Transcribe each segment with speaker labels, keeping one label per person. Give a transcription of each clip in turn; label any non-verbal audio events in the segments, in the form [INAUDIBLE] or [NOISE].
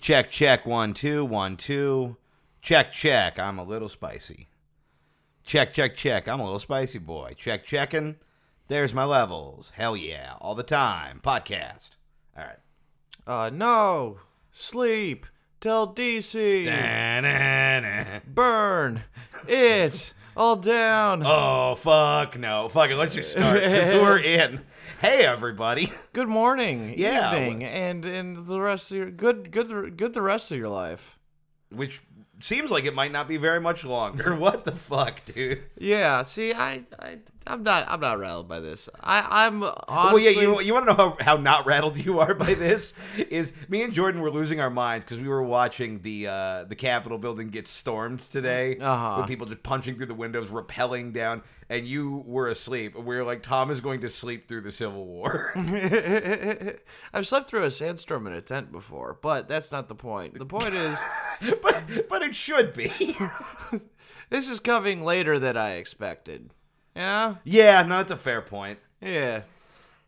Speaker 1: Check, check, one, two, one, two. Check, check, I'm a little spicy. Check, check, check, I'm a little spicy boy. Check, checking. There's my levels. Hell yeah, all the time. Podcast. All right.
Speaker 2: Uh, no. Sleep. Tell DC.
Speaker 1: Na-na-na.
Speaker 2: Burn. It. All down.
Speaker 1: Oh, fuck no. Fuck it, let's just start because we're in. Hey, everybody.
Speaker 2: Good morning.
Speaker 1: Yeah.
Speaker 2: Evening. And and the rest of your good good good the rest of your life.
Speaker 1: Which seems like it might not be very much longer. [LAUGHS] What the fuck, dude?
Speaker 2: Yeah. See, I I I'm not I'm not rattled by this. I I'm
Speaker 1: Oh
Speaker 2: honestly.
Speaker 1: yeah, you, you want to know how, how not rattled you are by this? Is me and Jordan were losing our minds because we were watching the uh, the Capitol building get stormed today,
Speaker 2: Uh-huh.
Speaker 1: with people just punching through the windows, rappelling down, and you were asleep. And we were like, Tom is going to sleep through the Civil War.
Speaker 2: Mm-hmm. [LAUGHS] I've slept through a sandstorm in a tent before, but that's not the point. The
Speaker 1: [LAUGHS]
Speaker 2: point is.
Speaker 1: but [LAUGHS] but it should be.
Speaker 2: This is coming later than I expected. Yeah?
Speaker 1: yeah, no, that's a fair point.
Speaker 2: Yeah.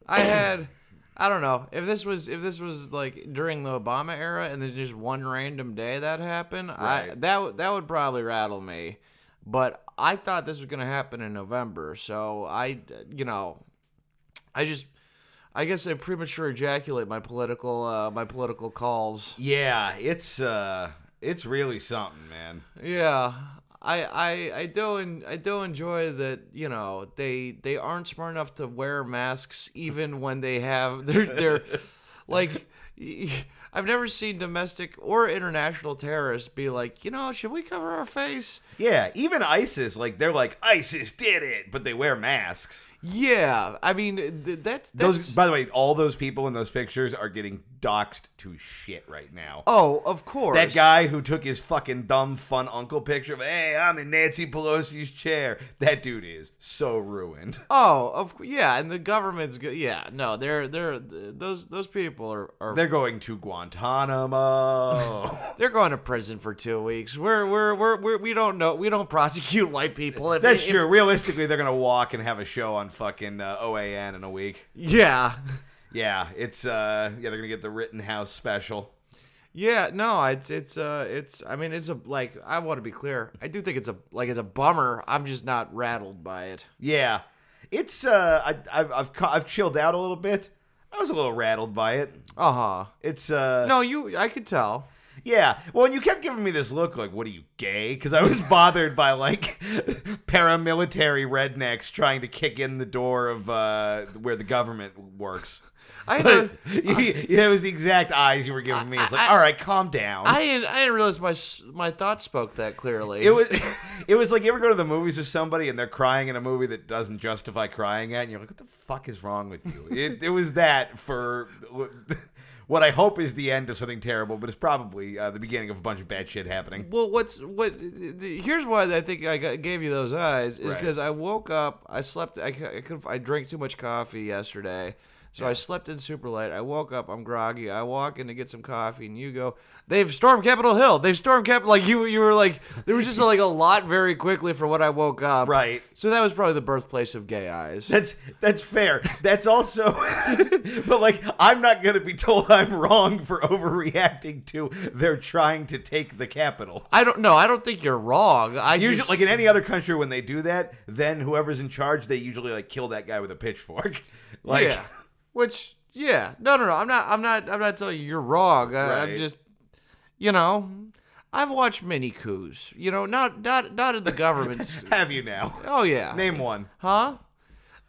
Speaker 2: I had I don't know. If this was if this was like during the Obama era and then just one random day that happened, I
Speaker 1: Right.
Speaker 2: that would- that would probably rattle me. But I thought this was going to happen in November, so I you know, I just I guess I premature ejaculate my political uh, my political calls.
Speaker 1: Yeah, it's uh, it's really something, man.
Speaker 2: Yeah. I, I I do en- I do enjoy that you know they they aren't smart enough to wear masks even when they have [LAUGHS] their their like I've never seen domestic or international terrorists be like you know should we cover our face
Speaker 1: Yeah, even ISIS, like they're like ISIS did it, but they wear masks.
Speaker 2: yeah I mean th- that's, that's
Speaker 1: Those, by the way, all those people in those pictures are getting doxxed to shit right now.
Speaker 2: oh of course
Speaker 1: that guy who took his fucking dumb fun uncle picture of, hey, I'm in Nancy Pelosi's chair. That dude is so ruined.
Speaker 2: oh of yeah and the government's go- yeah no they're they're those those people are, are
Speaker 1: They're going to Guantanamo.
Speaker 2: [LAUGHS] They're going to prison for two weeks. We're we're we're, we're we don't know. We don't [LAUGHS] prosecute white people. If
Speaker 1: That's
Speaker 2: if-
Speaker 1: true. Realistically, they're gonna walk and have a show on fucking uh, OAN in a week.
Speaker 2: Yeah,
Speaker 1: Yeah, it's uh, yeah, they're gonna get the Rittenhouse special.
Speaker 2: yeah. No, it's it's uh it's. I mean, it's a like. I want to be clear. I do think it's a like it's a bummer. I'm just not rattled by it.
Speaker 1: Yeah, it's uh, I, I've I've, ca- I've chilled out a little bit. I was a little rattled by it.
Speaker 2: Uh huh.
Speaker 1: It's uh,
Speaker 2: No, you. I could tell.
Speaker 1: Yeah. Well, and you kept giving me this look like, what are you, gay? Because I was [LAUGHS] bothered by, like, [LAUGHS] paramilitary rednecks trying to kick in the door of uh, where the government works.
Speaker 2: [LAUGHS] I
Speaker 1: But [LAUGHS]
Speaker 2: didn't,
Speaker 1: that was the exact eyes you were giving me. It's like,
Speaker 2: I-
Speaker 1: all right, calm down.
Speaker 2: I didn't. I didn't realize my s- my thoughts spoke that
Speaker 1: [LAUGHS]
Speaker 2: clearly.
Speaker 1: it was, [LAUGHS] it was like you ever go to the movies with somebody and they're crying in a movie that doesn't justify crying at, and you're like, "What the fuck is wrong with
Speaker 2: [LAUGHS]
Speaker 1: you?" It, it was that for [LAUGHS] what I hope is the end of something terrible, but it's probably uh, the beginning of a bunch of bad shit happening.
Speaker 2: [LAUGHS] Well, what's what? the- Here's why I think I got, gave you those eyes is
Speaker 1: Right.
Speaker 2: because I woke up, I slept, I, cou- I could, I drank too much coffee yesterday, so I slept in super late. I woke up, I'm groggy. I walk in to get some coffee, and you go, "They've stormed Capitol Hill. They've stormed Cap." Like you, you were like, there was just like a lot very quickly for what I woke up.
Speaker 1: Right.
Speaker 2: So that was probably the birthplace of gay eyes.
Speaker 1: That's that's fair. That's also, [LAUGHS] but like I'm not gonna be told I'm wrong for overreacting to they're trying to take the capital.
Speaker 2: I don't know. I don't think you're wrong. I
Speaker 1: Usually,
Speaker 2: just
Speaker 1: like in any other country, when they do that, then whoever's in charge, they usually like kill that guy with a pitchfork. [LAUGHS] Like,
Speaker 2: yeah. Which yeah. No no no. I'm not I'm not I'm not telling you you're wrong. I,
Speaker 1: Right.
Speaker 2: I'm just you know, I've watched many coups. You know, not not not in the government's
Speaker 1: [LAUGHS] have you
Speaker 2: [LAUGHS]
Speaker 1: now?
Speaker 2: Oh yeah.
Speaker 1: Name one.
Speaker 2: Huh?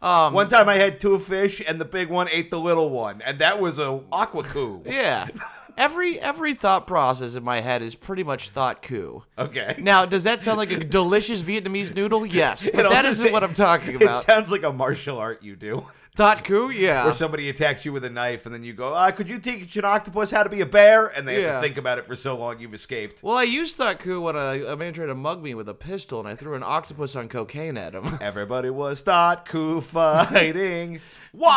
Speaker 2: Um,
Speaker 1: One time I had two fish, and the big one ate the little one, and that was a aqua coup.
Speaker 2: Yeah. Every every thought process in my head is pretty much thought coup.
Speaker 1: Okay.
Speaker 2: Now, does that sound like a delicious Vietnamese noodle?
Speaker 1: [LAUGHS]
Speaker 2: Yes,
Speaker 1: It
Speaker 2: but that
Speaker 1: also
Speaker 2: isn't
Speaker 1: sa-
Speaker 2: what I'm talking
Speaker 1: [LAUGHS] It
Speaker 2: about.
Speaker 1: sounds like a martial art you do.
Speaker 2: Thought coup, yeah.
Speaker 1: Or somebody attacks you with a knife, and then you go, uh, "Could you teach an octopus how to be a bear?" And they have
Speaker 2: Yeah.
Speaker 1: to think about it for so long you've escaped.
Speaker 2: well, I used thought coup when a, a man tried to mug me with a pistol, and I threw an octopus on cocaine at him.
Speaker 1: Everybody was thought cool [LAUGHS] fighting.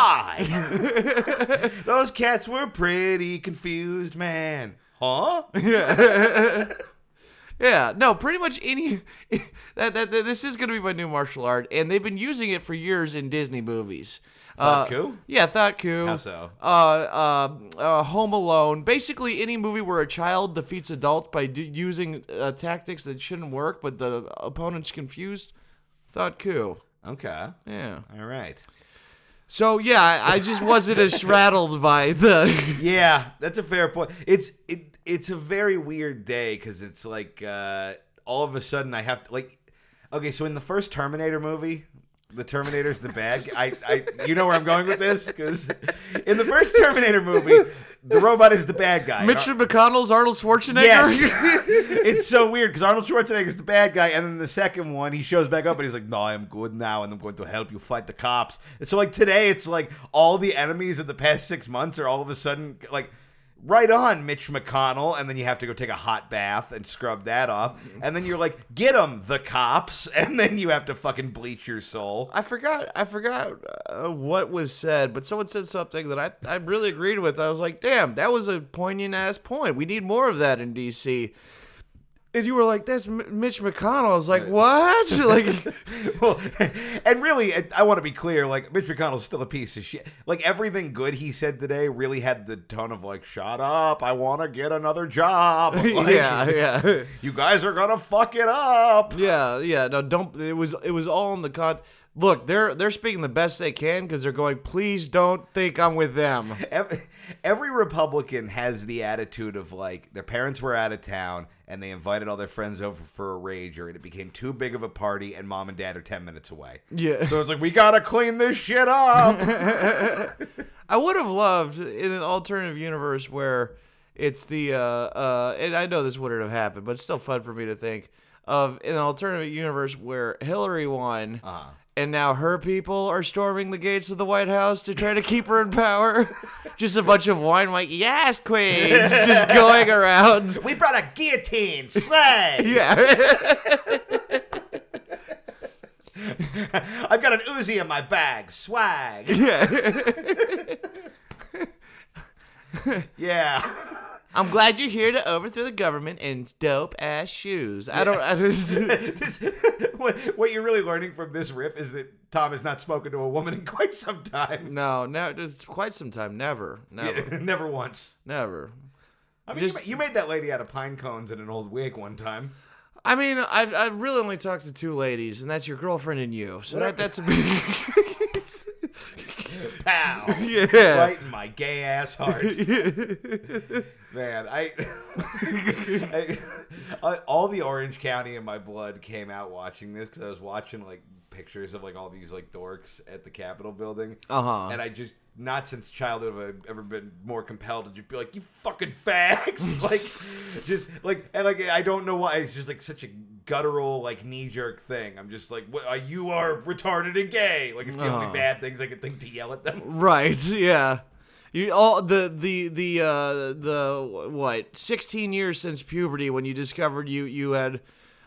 Speaker 2: [LAUGHS]
Speaker 1: Why? Those cats were pretty confused, man. Huh?
Speaker 2: Yeah, no, pretty much any. [LAUGHS] That, that, that- this is going to be my new martial art, and they've been using it for years in Disney movies. Uh,
Speaker 1: Thought-ku?
Speaker 2: yeah, thought coup.
Speaker 1: How so?
Speaker 2: Uh, uh, uh, Home Alone. Basically, any movie where a child defeats adults by do- using uh, tactics that shouldn't work, but the opponent's confused. Thought coup.
Speaker 1: Okay.
Speaker 2: Yeah.
Speaker 1: All right.
Speaker 2: So yeah, I, I just
Speaker 1: [LAUGHS]
Speaker 2: wasn't as rattled by the.
Speaker 1: Yeah, that's a fair point. It's it it's a very weird day because it's like uh, all of a sudden I have to like okay. So in the first Terminator movie, the Terminator's the bad. g- I I you know where I'm going with this because in the first Terminator movie, the robot is the bad guy.
Speaker 2: Mitchell McConnell's Arnold Schwarzenegger.
Speaker 1: Yes. [LAUGHS] it's so weird because Arnold Schwarzenegger is the bad guy, and then the second one he shows back up and he's like, "No, I'm good now, and I'm going to help you fight the cops." And so like today, it's like all the enemies of the past six months are all of a sudden like. Right on, Mitch McConnell, and then you have to go take a hot bath and scrub that off, and then you're like, "Get them, the cops!" [LAUGHS] And then you have to fucking bleach your soul.
Speaker 2: I forgot. I forgot uh, what was said, but someone said something that I I really agreed with. I was like, "Damn, that was a poignant ass point. We need more of that in DC." And you were like, "That's M- Mitch McConnell." I was like, "What?" [LAUGHS] like,
Speaker 1: [LAUGHS] well, and really, I- I want to be clear. Like Mitch McConnell's still a piece of shit. Like everything good he said today really had the tone of like, "Shut up! I want to get another job."
Speaker 2: [LAUGHS]
Speaker 1: Like,
Speaker 2: yeah, yeah,
Speaker 1: You guys are gonna fuck it up.
Speaker 2: yeah, yeah. No, don't. It was it was all in the con. Look, they're they're speaking the best they can because they're going. Please don't think I'm with them.
Speaker 1: Every, every Republican has the attitude of like their parents were out of town and they invited all their friends over for a rager and it became too big of a party and mom and dad are ten minutes away.
Speaker 2: Yeah.
Speaker 1: So it's like we gotta clean this shit
Speaker 2: [LAUGHS]
Speaker 1: up.
Speaker 2: I would have loved in an alternative universe where it's the uh, uh, and I know this wouldn't have happened, but it's still fun for me to think of an alternative universe where Hillary won,
Speaker 1: Uh-huh.
Speaker 2: and now her people are storming the gates of the White House to try to keep her in power. [LAUGHS] just a bunch of wine like yes queens just going around.
Speaker 1: we brought a guillotine, slay.
Speaker 2: [LAUGHS] Yeah,
Speaker 1: I've got an Uzi in my bag. Swag.
Speaker 2: yeah.
Speaker 1: Yeah. [LAUGHS]
Speaker 2: I'm glad you're here to overthrow the government in dope ass shoes. I don't. I just,
Speaker 1: This- what, what you're really learning from this riff is that Tom has not spoken to a woman in quite some time.
Speaker 2: [LAUGHS] no, no. It's quite some time. Never, never,
Speaker 1: [LAUGHS] Never once.
Speaker 2: never.
Speaker 1: I mean, you
Speaker 2: Just-
Speaker 1: ma- you, made that lady out of pine cones in an old wig one time.
Speaker 2: I mean, I've, I've really only talked to two ladies, and that's your girlfriend and you. So that, that's a big. [LAUGHS]
Speaker 1: Pow.
Speaker 2: Yeah.
Speaker 1: Right in my gay ass heart. Man, I, [LAUGHS] I, I- all the Orange County in my blood came out watching this because I was watching like pictures of like all these like dorks at the Capitol building,
Speaker 2: [LAUGHS] Uh-huh.
Speaker 1: and I just not since childhood have I ever been more compelled to just be like, "You fucking fags!" [LAUGHS] like, just like and like I don't know why it's just like such a guttural like knee jerk thing. I'm just like, what, uh, "You are retarded and gay." Like it's the
Speaker 2: Uh-huh.
Speaker 1: only bad things I can think to yell at
Speaker 2: [LAUGHS]
Speaker 1: them.
Speaker 2: right. Yeah. You all the the the uh the what? 16 years since puberty when you discovered you you had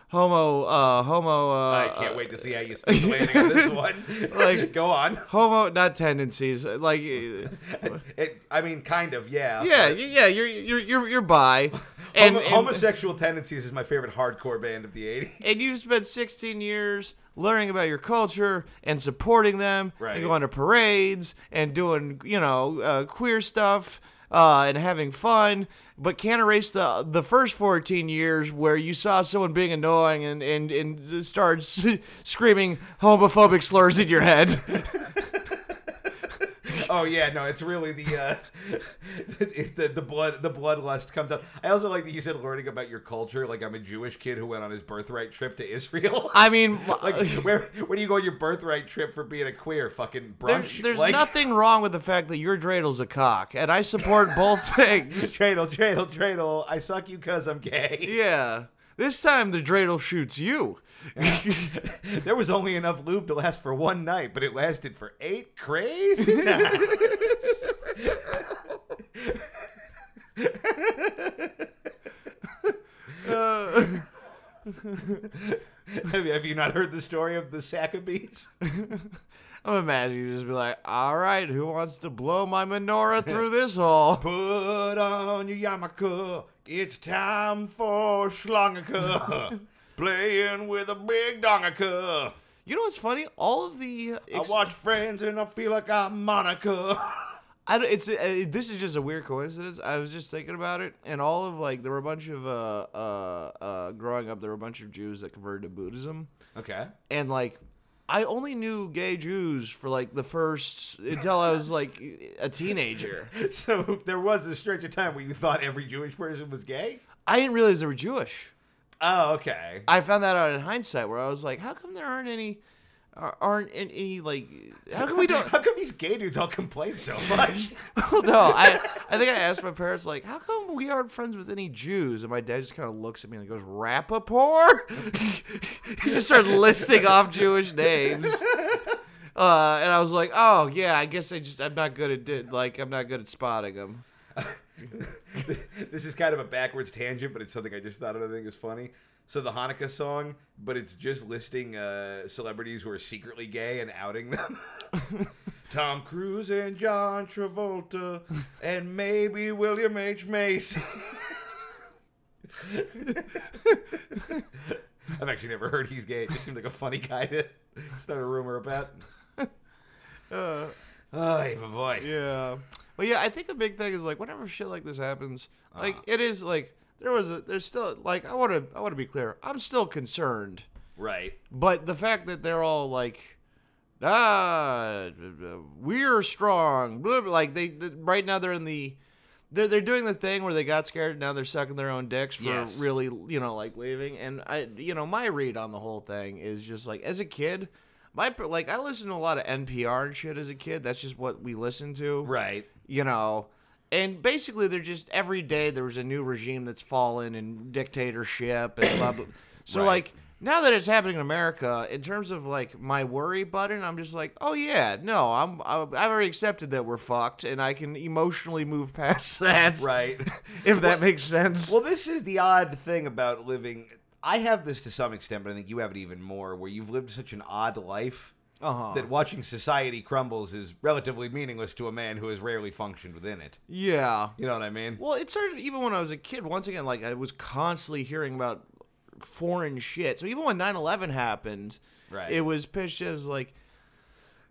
Speaker 2: homo uh homo
Speaker 1: I
Speaker 2: uh
Speaker 1: can't wait to see how you stick the landing on
Speaker 2: [LAUGHS]
Speaker 1: this one. [LAUGHS]
Speaker 2: Like-
Speaker 1: go on.
Speaker 2: uh, homo not
Speaker 1: [LAUGHS]
Speaker 2: tendencies like uh,
Speaker 1: It, I mean, kind of, yeah.
Speaker 2: yeah y- yeah you're you're you're you're bi and,
Speaker 1: Homo-
Speaker 2: and-
Speaker 1: homosexual tendencies is my favorite hardcore band of the
Speaker 2: [LAUGHS]
Speaker 1: '80s.
Speaker 2: and you've spent 16 years learning about your culture and supporting them
Speaker 1: Right.
Speaker 2: and going to parades and doing you know uh, queer stuff uh, and having fun but can't erase the the first 14 years where you saw someone being annoying and and, and started [LAUGHS] s- screaming homophobic slurs in your head
Speaker 1: [LAUGHS] Oh yeah, no, it's really the uh, [LAUGHS] the, the the blood the bloodlust comes up. I also like that you said learning about your culture. Like I'm a Jewish kid who went on his birthright trip to Israel.
Speaker 2: [LAUGHS] i uh, mean
Speaker 1: [LAUGHS] like where where do you go on your birthright trip for being a queer? Fucking
Speaker 2: there-
Speaker 1: brunch.
Speaker 2: there's
Speaker 1: like, [LAUGHS]
Speaker 2: nothing wrong with the fact that your dreidel's a cock and i support
Speaker 1: [LAUGHS]
Speaker 2: both things
Speaker 1: Dreidel, dreidel, dreidel. I suck you cause I'm gay.
Speaker 2: yeah this time the dreidel shoots you
Speaker 1: There was only enough lube to last for one night, but it lasted for eight [LAUGHS] crazy nights. [LAUGHS] have, you, have you not heard the story of the Sackabees?
Speaker 2: I'm imagining you just be like, all right, who wants to blow my menorah through this hole?
Speaker 1: Put on your yarmulke. It's time for schlongaka. Playing with a big dongaka.
Speaker 2: You know what's funny? All of the
Speaker 1: I
Speaker 2: ex-
Speaker 1: watch Friends and I feel like I'm Monica.
Speaker 2: I don't, it's uh, this is just a weird coincidence. I was just thinking about it, and all of like there were a bunch of uh uh uh growing up there were a bunch of Jews that converted to Buddhism,
Speaker 1: Okay.
Speaker 2: and like I only knew gay Jews for like the first until I was like a teenager.
Speaker 1: [LAUGHS] So there was a stretch of time where you thought every Jewish person was gay?
Speaker 2: I didn't realize they were Jewish.
Speaker 1: Oh, okay.
Speaker 2: I found that out in hindsight, where I was like, how come there aren't any ar- aren't an- any like how come we don't
Speaker 1: How come these gay dudes all complain so much?
Speaker 2: [LAUGHS] no, I I think I asked my parents like, how come we aren't friends with any Jews? And my dad just kind of looks at me and goes, Rappaport. [LAUGHS] he just started listing off Jewish names. Uh, and I was like, oh yeah, I guess I just I'm not good at di- like I'm not good at spotting them.
Speaker 1: this is kind of a backwards tangent, but it's something I just thought of. I think is funny. So the Hanukkah song, but it's just listing uh, celebrities who are secretly gay and outing them. [LAUGHS] Tom Cruise and John Travolta and maybe William H Macy. I've actually never heard he's gay. It just seemed like a funny guy to start a rumor about.
Speaker 2: Uh,
Speaker 1: Oh, boy.
Speaker 2: yeah. Well, yeah, I think a big thing is like whenever shit like this happens, like it is like there was a there's still like I want to I want to be clear, I'm still concerned.
Speaker 1: Right.
Speaker 2: But the fact that they're all like, ah, we're strong, blah, blah, like they, th right now they're in the, they're they're doing the thing where they got scared and now they're sucking their own dicks for
Speaker 1: Yes.
Speaker 2: really you know like leaving. And I you know my read on the whole thing is just like as a kid. My, per- like I listened to a lot of NPR and shit as a kid. That's just what we listened to
Speaker 1: Right.
Speaker 2: you know and basically they're just every day there was a new regime that's fallen and dictatorship and
Speaker 1: [COUGHS]
Speaker 2: blah blah so
Speaker 1: Right.
Speaker 2: like now that it's happening in america in terms of like my worry button i'm just like oh yeah no i'm I- i've already accepted that we're fucked and i can emotionally move [LAUGHS] past that
Speaker 1: Right.
Speaker 2: if that makes sense
Speaker 1: Well, this is the odd thing about living. I have this to some extent, but I think you have it even more, where you've lived such an odd life
Speaker 2: uh-huh
Speaker 1: that watching society crumbles is relatively meaningless to a man who has rarely functioned within it.
Speaker 2: yeah
Speaker 1: You know what I mean?
Speaker 2: Well, it started even when I was a kid. Once again, like I was constantly hearing about foreign shit. So even when 9/11 happened,
Speaker 1: Right.
Speaker 2: it was pitched as like,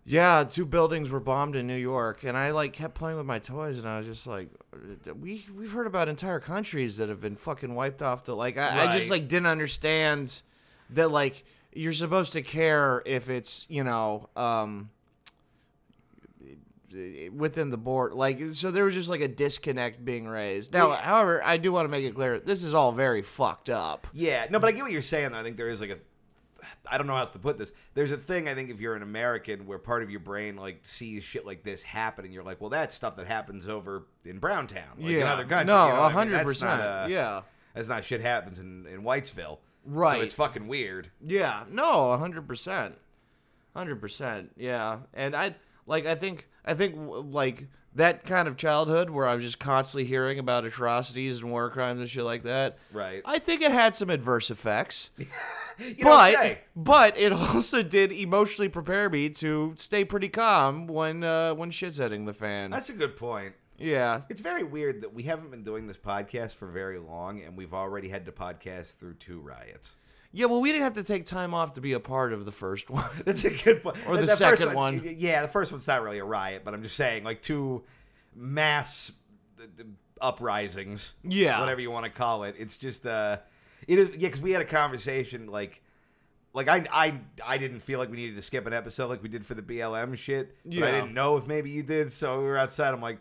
Speaker 2: yeah, two buildings were bombed in New York, and I like kept playing with my toys, and I was just like, we we've heard about entire countries that have been fucking wiped off. The like, I, I just
Speaker 1: Right.
Speaker 2: like didn't understand that like you're supposed to care if it's you know. um within the board. Like so there was just like a disconnect being raised. Now,
Speaker 1: Yeah.
Speaker 2: however, I do want to make it clear this is all very fucked up.
Speaker 1: Yeah. No, but I get what you're saying. Though. I think there is like a. I don't know how else to put this. There's a thing I think if you're an American where part of your brain like sees shit like this happen, and you're like, well, that's stuff that happens over in Browntown, like in other countries.
Speaker 2: No,
Speaker 1: you know what I mean?
Speaker 2: hundred
Speaker 1: That's not
Speaker 2: percent.
Speaker 1: a-
Speaker 2: yeah.
Speaker 1: that's not shit happens in in Whitesville.
Speaker 2: Right.
Speaker 1: So it's fucking weird.
Speaker 2: Yeah. No, hundred percent. Hundred percent. Yeah. And I like I think I think w- like that kind of childhood where I was just constantly hearing about atrocities and war crimes and shit like that.
Speaker 1: Right.
Speaker 2: I think it had some
Speaker 1: [LAUGHS]
Speaker 2: adverse effects.
Speaker 1: You don't
Speaker 2: but
Speaker 1: say.
Speaker 2: but it [LAUGHS] also did emotionally prepare me to stay pretty calm when uh, when shit's hitting the fan.
Speaker 1: That's a good point.
Speaker 2: yeah,
Speaker 1: It's very weird that we haven't been doing this podcast for very long, and we've already had to podcast through two riots.
Speaker 2: yeah. Well, we didn't have to take time off to be a part of the first [LAUGHS] one.
Speaker 1: [LAUGHS] That's a good point.
Speaker 2: Or the
Speaker 1: That first
Speaker 2: second one.
Speaker 1: Yeah, the first one's not really a riot, but I'm just saying, like two mass uh, uh, uprisings.
Speaker 2: Yeah.
Speaker 1: whatever you want to call it. It's just uh, it is yeah, because we had a conversation like. Like I, I, I didn't feel like we needed to skip an episode like we did for the BLM shit. But I
Speaker 2: Yeah.
Speaker 1: didn't know if maybe you did, so we were outside. I'm like,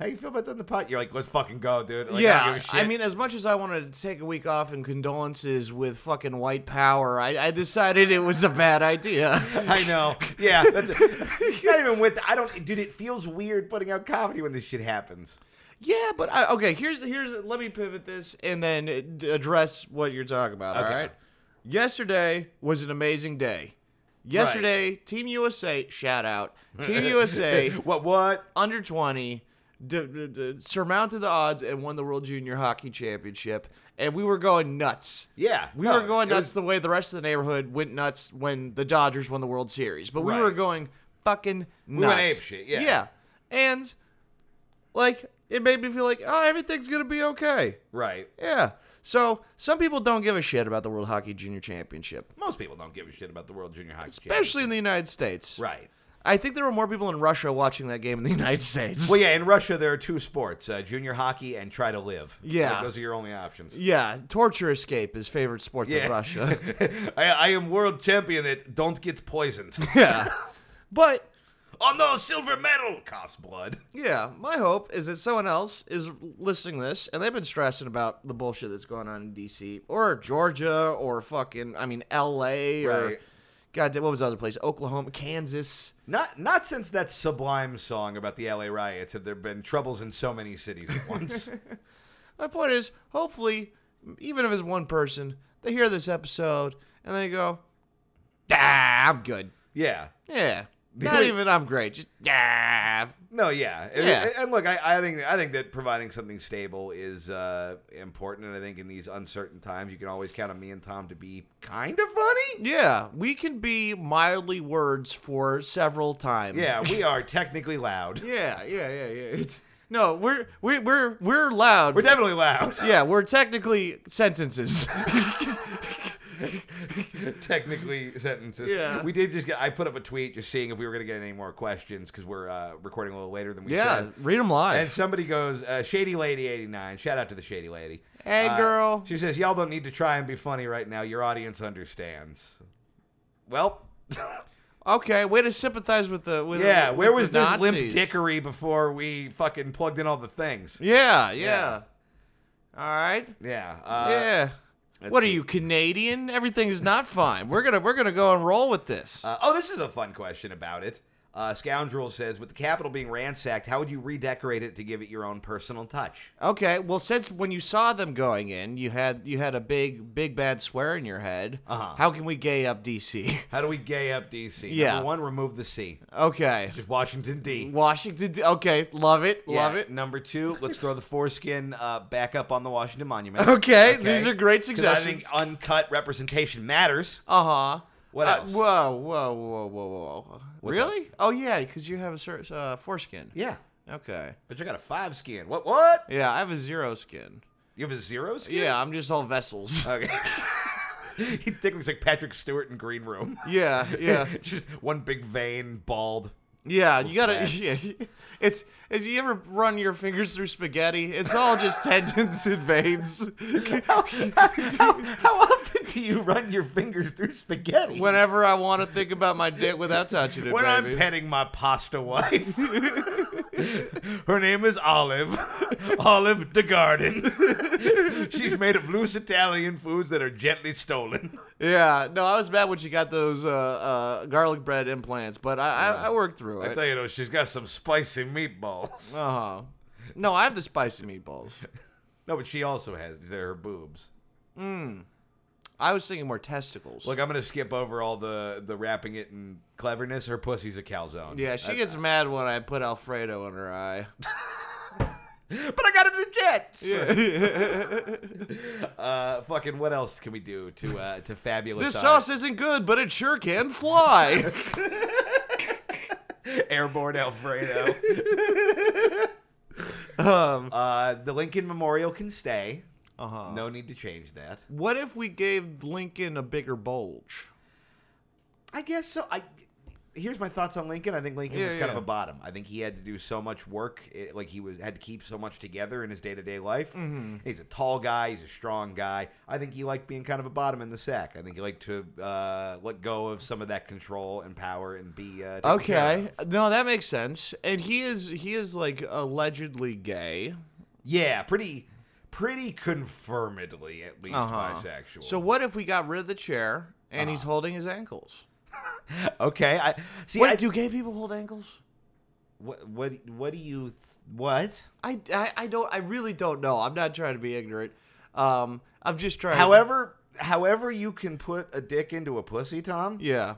Speaker 1: "How you feel about doing the pot?" You're like, "Let's fucking go, dude." Like, I don't give
Speaker 2: yeah,
Speaker 1: a shit.
Speaker 2: I, mean, as much as I wanted to take a week off and condolences with fucking white power, I, I decided it was a
Speaker 1: [LAUGHS]
Speaker 2: bad idea.
Speaker 1: [LAUGHS] I
Speaker 2: [LAUGHS]
Speaker 1: know. Yeah, that's it. not even with. I don't, dude. It feels weird putting out comedy when this shit happens.
Speaker 2: yeah, but I, okay, here's here's let me pivot this and then uh, d- address what you're talking about. All
Speaker 1: Okay.
Speaker 2: right, yesterday was an amazing day.
Speaker 1: [LAUGHS]
Speaker 2: Yesterday, Team USA shout out Team USA
Speaker 1: What? What?
Speaker 2: under 20 d- d- d- surmounted the odds and won the World Junior Hockey Championship. And we were going nuts.
Speaker 1: Yeah,
Speaker 2: We
Speaker 1: no,
Speaker 2: were going
Speaker 1: it
Speaker 2: nuts
Speaker 1: was-
Speaker 2: the way the rest of the neighborhood went nuts when the Dodgers won the World Series. But we
Speaker 1: Right.
Speaker 2: were going fucking nuts.
Speaker 1: went apeshit, yeah.
Speaker 2: Yeah. And, like, it made me feel like, oh, everything's going to be okay.
Speaker 1: right.
Speaker 2: Yeah. So some people don't give a shit about the World Hockey Junior Championship,
Speaker 1: Most people don't give a shit about the World Junior Hockey
Speaker 2: especially in the United States.
Speaker 1: Championship. right.
Speaker 2: I think there were more people in Russia watching that game in the [LAUGHS] United States.
Speaker 1: Well, yeah, in Russia there are two sports: uh, junior hockey and try to live.
Speaker 2: Yeah.
Speaker 1: Like, those are your only options.
Speaker 2: yeah, torture escape is favorite sport
Speaker 1: Yeah. [LAUGHS]
Speaker 2: of Russia.
Speaker 1: I, I am world champion. It don't get [LAUGHS] poisoned.
Speaker 2: yeah. But
Speaker 1: oh no, silver medal coughs blood.
Speaker 2: yeah, my hope is that someone else is listening this and they've been stressing about the bullshit that's going on in DC or Georgia or fucking I mean LA or
Speaker 1: Right.
Speaker 2: God what was the other place? Oklahoma, Kansas.
Speaker 1: Not not since that sublime song about the LA riots have there been troubles in so many cities at [LAUGHS] once.
Speaker 2: My point is, hopefully, even if it's one person, they hear this episode and they go, "Ah, I'm good.
Speaker 1: yeah.
Speaker 2: Yeah, not even I'm great. Just yeah,
Speaker 1: No, yeah. And-
Speaker 2: Yeah.
Speaker 1: And look, I, I think I think that providing something stable is uh, important, and I think in these uncertain times, you can always count on me and Tom to be kind of funny.
Speaker 2: yeah. We can be mildly words for several times.
Speaker 1: Yeah, we are technically loud.
Speaker 2: yeah, yeah, yeah, yeah. It's, no, we're we, we're we're loud.
Speaker 1: We're definitely loud.
Speaker 2: yeah, we're technically sentences.
Speaker 1: [LAUGHS] technically sentences.
Speaker 2: Yeah.
Speaker 1: We did just get. I put up a tweet just seeing if we were gonna get any more questions because we're uh, recording a little later than we
Speaker 2: yeah,
Speaker 1: said.
Speaker 2: read them live.
Speaker 1: And somebody goes, uh, Shady Lady 89. Shout out to the Shady Lady.
Speaker 2: Hey,
Speaker 1: Uh,
Speaker 2: girl.
Speaker 1: She says, Y'all don't need to try and be funny right now. Your audience understands. Well, [LAUGHS]
Speaker 2: okay, way to sympathize with the with
Speaker 1: yeah.
Speaker 2: with
Speaker 1: Where
Speaker 2: the
Speaker 1: was this limp
Speaker 2: Nazis.
Speaker 1: dickery before we fucking plugged in all the things?
Speaker 2: Yeah, yeah. All right.
Speaker 1: Yeah. Uh,
Speaker 2: yeah.
Speaker 1: let's
Speaker 2: What are
Speaker 1: see.
Speaker 2: you Canadian? Everything is not fine. We're gonna we're gonna go and roll with this.
Speaker 1: Uh, oh, this is a fun question about it. Uh, Scoundrel says, with the Capitol being ransacked, how would you redecorate it to give it your own personal touch?
Speaker 2: okay. Well, since when you saw them going in, you had you had a big big bad swear in your head.
Speaker 1: Uh-huh.
Speaker 2: How can we gay up DC?
Speaker 1: How do we gay up DC?
Speaker 2: Yeah.
Speaker 1: Number one, remove the C.
Speaker 2: [LAUGHS] okay.
Speaker 1: Just Washington D.
Speaker 2: Washington. D- Okay. Love it. Love
Speaker 1: Yeah.
Speaker 2: it.
Speaker 1: Number two, let's throw the foreskin uh, back up on the Washington Monument.
Speaker 2: [LAUGHS] Okay, these are great
Speaker 1: 'Cause
Speaker 2: suggestions.
Speaker 1: I think uncut representation matters.
Speaker 2: Uh huh.
Speaker 1: What
Speaker 2: uh,
Speaker 1: else?
Speaker 2: whoa, whoa, whoa, whoa, whoa!
Speaker 1: What's
Speaker 2: really? Oh yeah, because you have a cer- uh, foreskin.
Speaker 1: yeah,
Speaker 2: Okay.
Speaker 1: but you got a five skin. What? What?
Speaker 2: Yeah, I have a zero skin.
Speaker 1: You have a zero skin?
Speaker 2: Yeah, I'm just all vessels.
Speaker 1: Okay. [LAUGHS] he think looks like Patrick Stewart in Green Room.
Speaker 2: [LAUGHS] yeah, yeah,
Speaker 1: [LAUGHS] Just one big vein, bald.
Speaker 2: yeah. You gotta.
Speaker 1: flash.
Speaker 2: [LAUGHS] Yeah, it's as you ever run your fingers through spaghetti. It's
Speaker 1: [LAUGHS]
Speaker 2: all just tendons and veins. [LAUGHS]
Speaker 1: How, how often do you run your fingers through spaghetti?
Speaker 2: Whenever I want to think about my dick without touching it,
Speaker 1: when I'm
Speaker 2: baby.
Speaker 1: petting my pasta wife. [LAUGHS] Her name is Olive. [LAUGHS] Olive de Garden. [LAUGHS] She's made of loose Italian foods that are gently stolen.
Speaker 2: yeah, no, I was mad when she got those uh, uh, garlic bread implants, but I, I, I worked through
Speaker 1: I
Speaker 2: it.
Speaker 1: tell you though, she's got some spicy meatballs.
Speaker 2: Uh huh. No, I have the spicy meatballs.
Speaker 1: No, but she also has they're her boobs.
Speaker 2: I was thinking more testicles.
Speaker 1: Look, I'm gonna skip over all the the wrapping it in cleverness. Her pussy's a calzone.
Speaker 2: yeah, she gets mad when I put Alfredo in her [LAUGHS] eye.
Speaker 1: [LAUGHS] But I got it in jets.
Speaker 2: Yeah.
Speaker 1: [LAUGHS] Uh, fucking what else can we do to uh to fabulous
Speaker 2: this
Speaker 1: our
Speaker 2: sauce isn't good, but it sure can [LAUGHS] fly.
Speaker 1: airborne
Speaker 2: [LAUGHS]
Speaker 1: Alfredo?
Speaker 2: um,
Speaker 1: Uh, the Lincoln Memorial can stay.
Speaker 2: uh-huh.
Speaker 1: No need to change that.
Speaker 2: What if we gave Lincoln a bigger bulge?
Speaker 1: I guess so. I here's my thoughts on Lincoln. I think Lincoln
Speaker 2: Yeah,
Speaker 1: was kind
Speaker 2: yeah.
Speaker 1: of a bottom. I think he had to do so much work, it, like he was had to keep so much together in his day to day life.
Speaker 2: Mm-hmm.
Speaker 1: He's a tall guy. He's a strong guy. I think he liked being kind of a bottom in the sack. I think he liked to uh, let go of some of that control and power and be uh, taken care
Speaker 2: Okay,
Speaker 1: of.
Speaker 2: no, that makes sense. And he is he is like allegedly gay.
Speaker 1: Yeah, pretty pretty confirmedly at least
Speaker 2: Uh-huh.
Speaker 1: bisexual.
Speaker 2: So what if we got rid of the chair and he's holding his ankles?
Speaker 1: okay, I see.
Speaker 2: Wait,
Speaker 1: I,
Speaker 2: Uh-huh. do gay people hold ankles?
Speaker 1: what what what do you th- what?
Speaker 2: I, I, I don't I really don't know. I'm not trying to be ignorant. Um, I'm just trying.
Speaker 1: However, however you can put a dick into a pussy, Tom,
Speaker 2: yeah,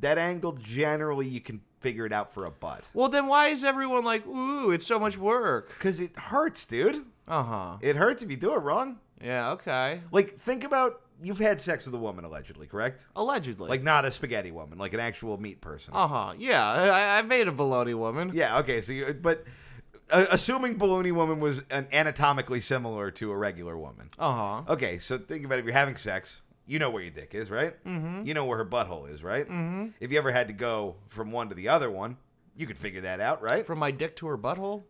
Speaker 1: that angle generally you can figure it out for a butt
Speaker 2: Well, then why is everyone like, ooh, it's so much work?
Speaker 1: because it hurts, dude.
Speaker 2: Uh huh.
Speaker 1: It hurts if you do it wrong.
Speaker 2: Yeah, okay.
Speaker 1: Like think about you've had sex with a woman allegedly, correct?
Speaker 2: Allegedly.
Speaker 1: Like not a spaghetti woman, like an actual meat person.
Speaker 2: uh huh. Yeah, I, I made a baloney woman.
Speaker 1: Yeah, okay. So, you, but uh, assuming baloney woman was an anatomically similar to a regular woman.
Speaker 2: Uh huh.
Speaker 1: Okay, so think about it. If you're having sex, you know where your dick is, right? Mm-hmm. You know where her butthole is, right? Mm-hmm. If you ever had to go from one to the other one, you could figure that out, right?
Speaker 2: From my dick to her butthole?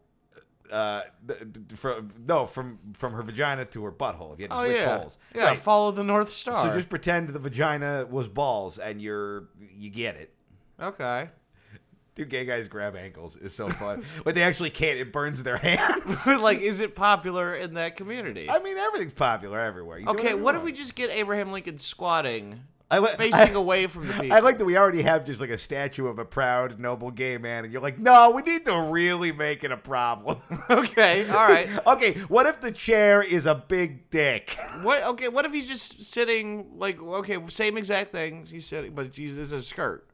Speaker 1: Uh, d- d- from no, from from her vagina to her butthole. If you had to
Speaker 2: Oh,
Speaker 1: switch
Speaker 2: yeah.
Speaker 1: holes,
Speaker 2: Yeah,
Speaker 1: Right.
Speaker 2: follow the North Star.
Speaker 1: So just pretend the vagina was balls, and you're you get it.
Speaker 2: Okay. [LAUGHS]
Speaker 1: Two gay guys grab ankles is so fun, but they actually can't. It burns their [LAUGHS] hands.
Speaker 2: like, is it popular in that community?
Speaker 1: I mean, everything's popular everywhere. You do
Speaker 2: okay,
Speaker 1: whatever you
Speaker 2: what if
Speaker 1: want.
Speaker 2: we just get Abraham Lincoln squatting,
Speaker 1: [LAUGHS] I, li-
Speaker 2: facing
Speaker 1: I,
Speaker 2: away from the
Speaker 1: [LAUGHS]
Speaker 2: people?
Speaker 1: I like that we already have just like a statue of a proud, noble gay man, and you're like, no, we need to really make it a problem.
Speaker 2: [LAUGHS] Okay,
Speaker 1: [LAUGHS]
Speaker 2: all right.
Speaker 1: okay, what if the chair is a big dick? [LAUGHS]
Speaker 2: What? Okay, what if he's just sitting like okay, same exact thing he's sitting, but he's it's a skirt.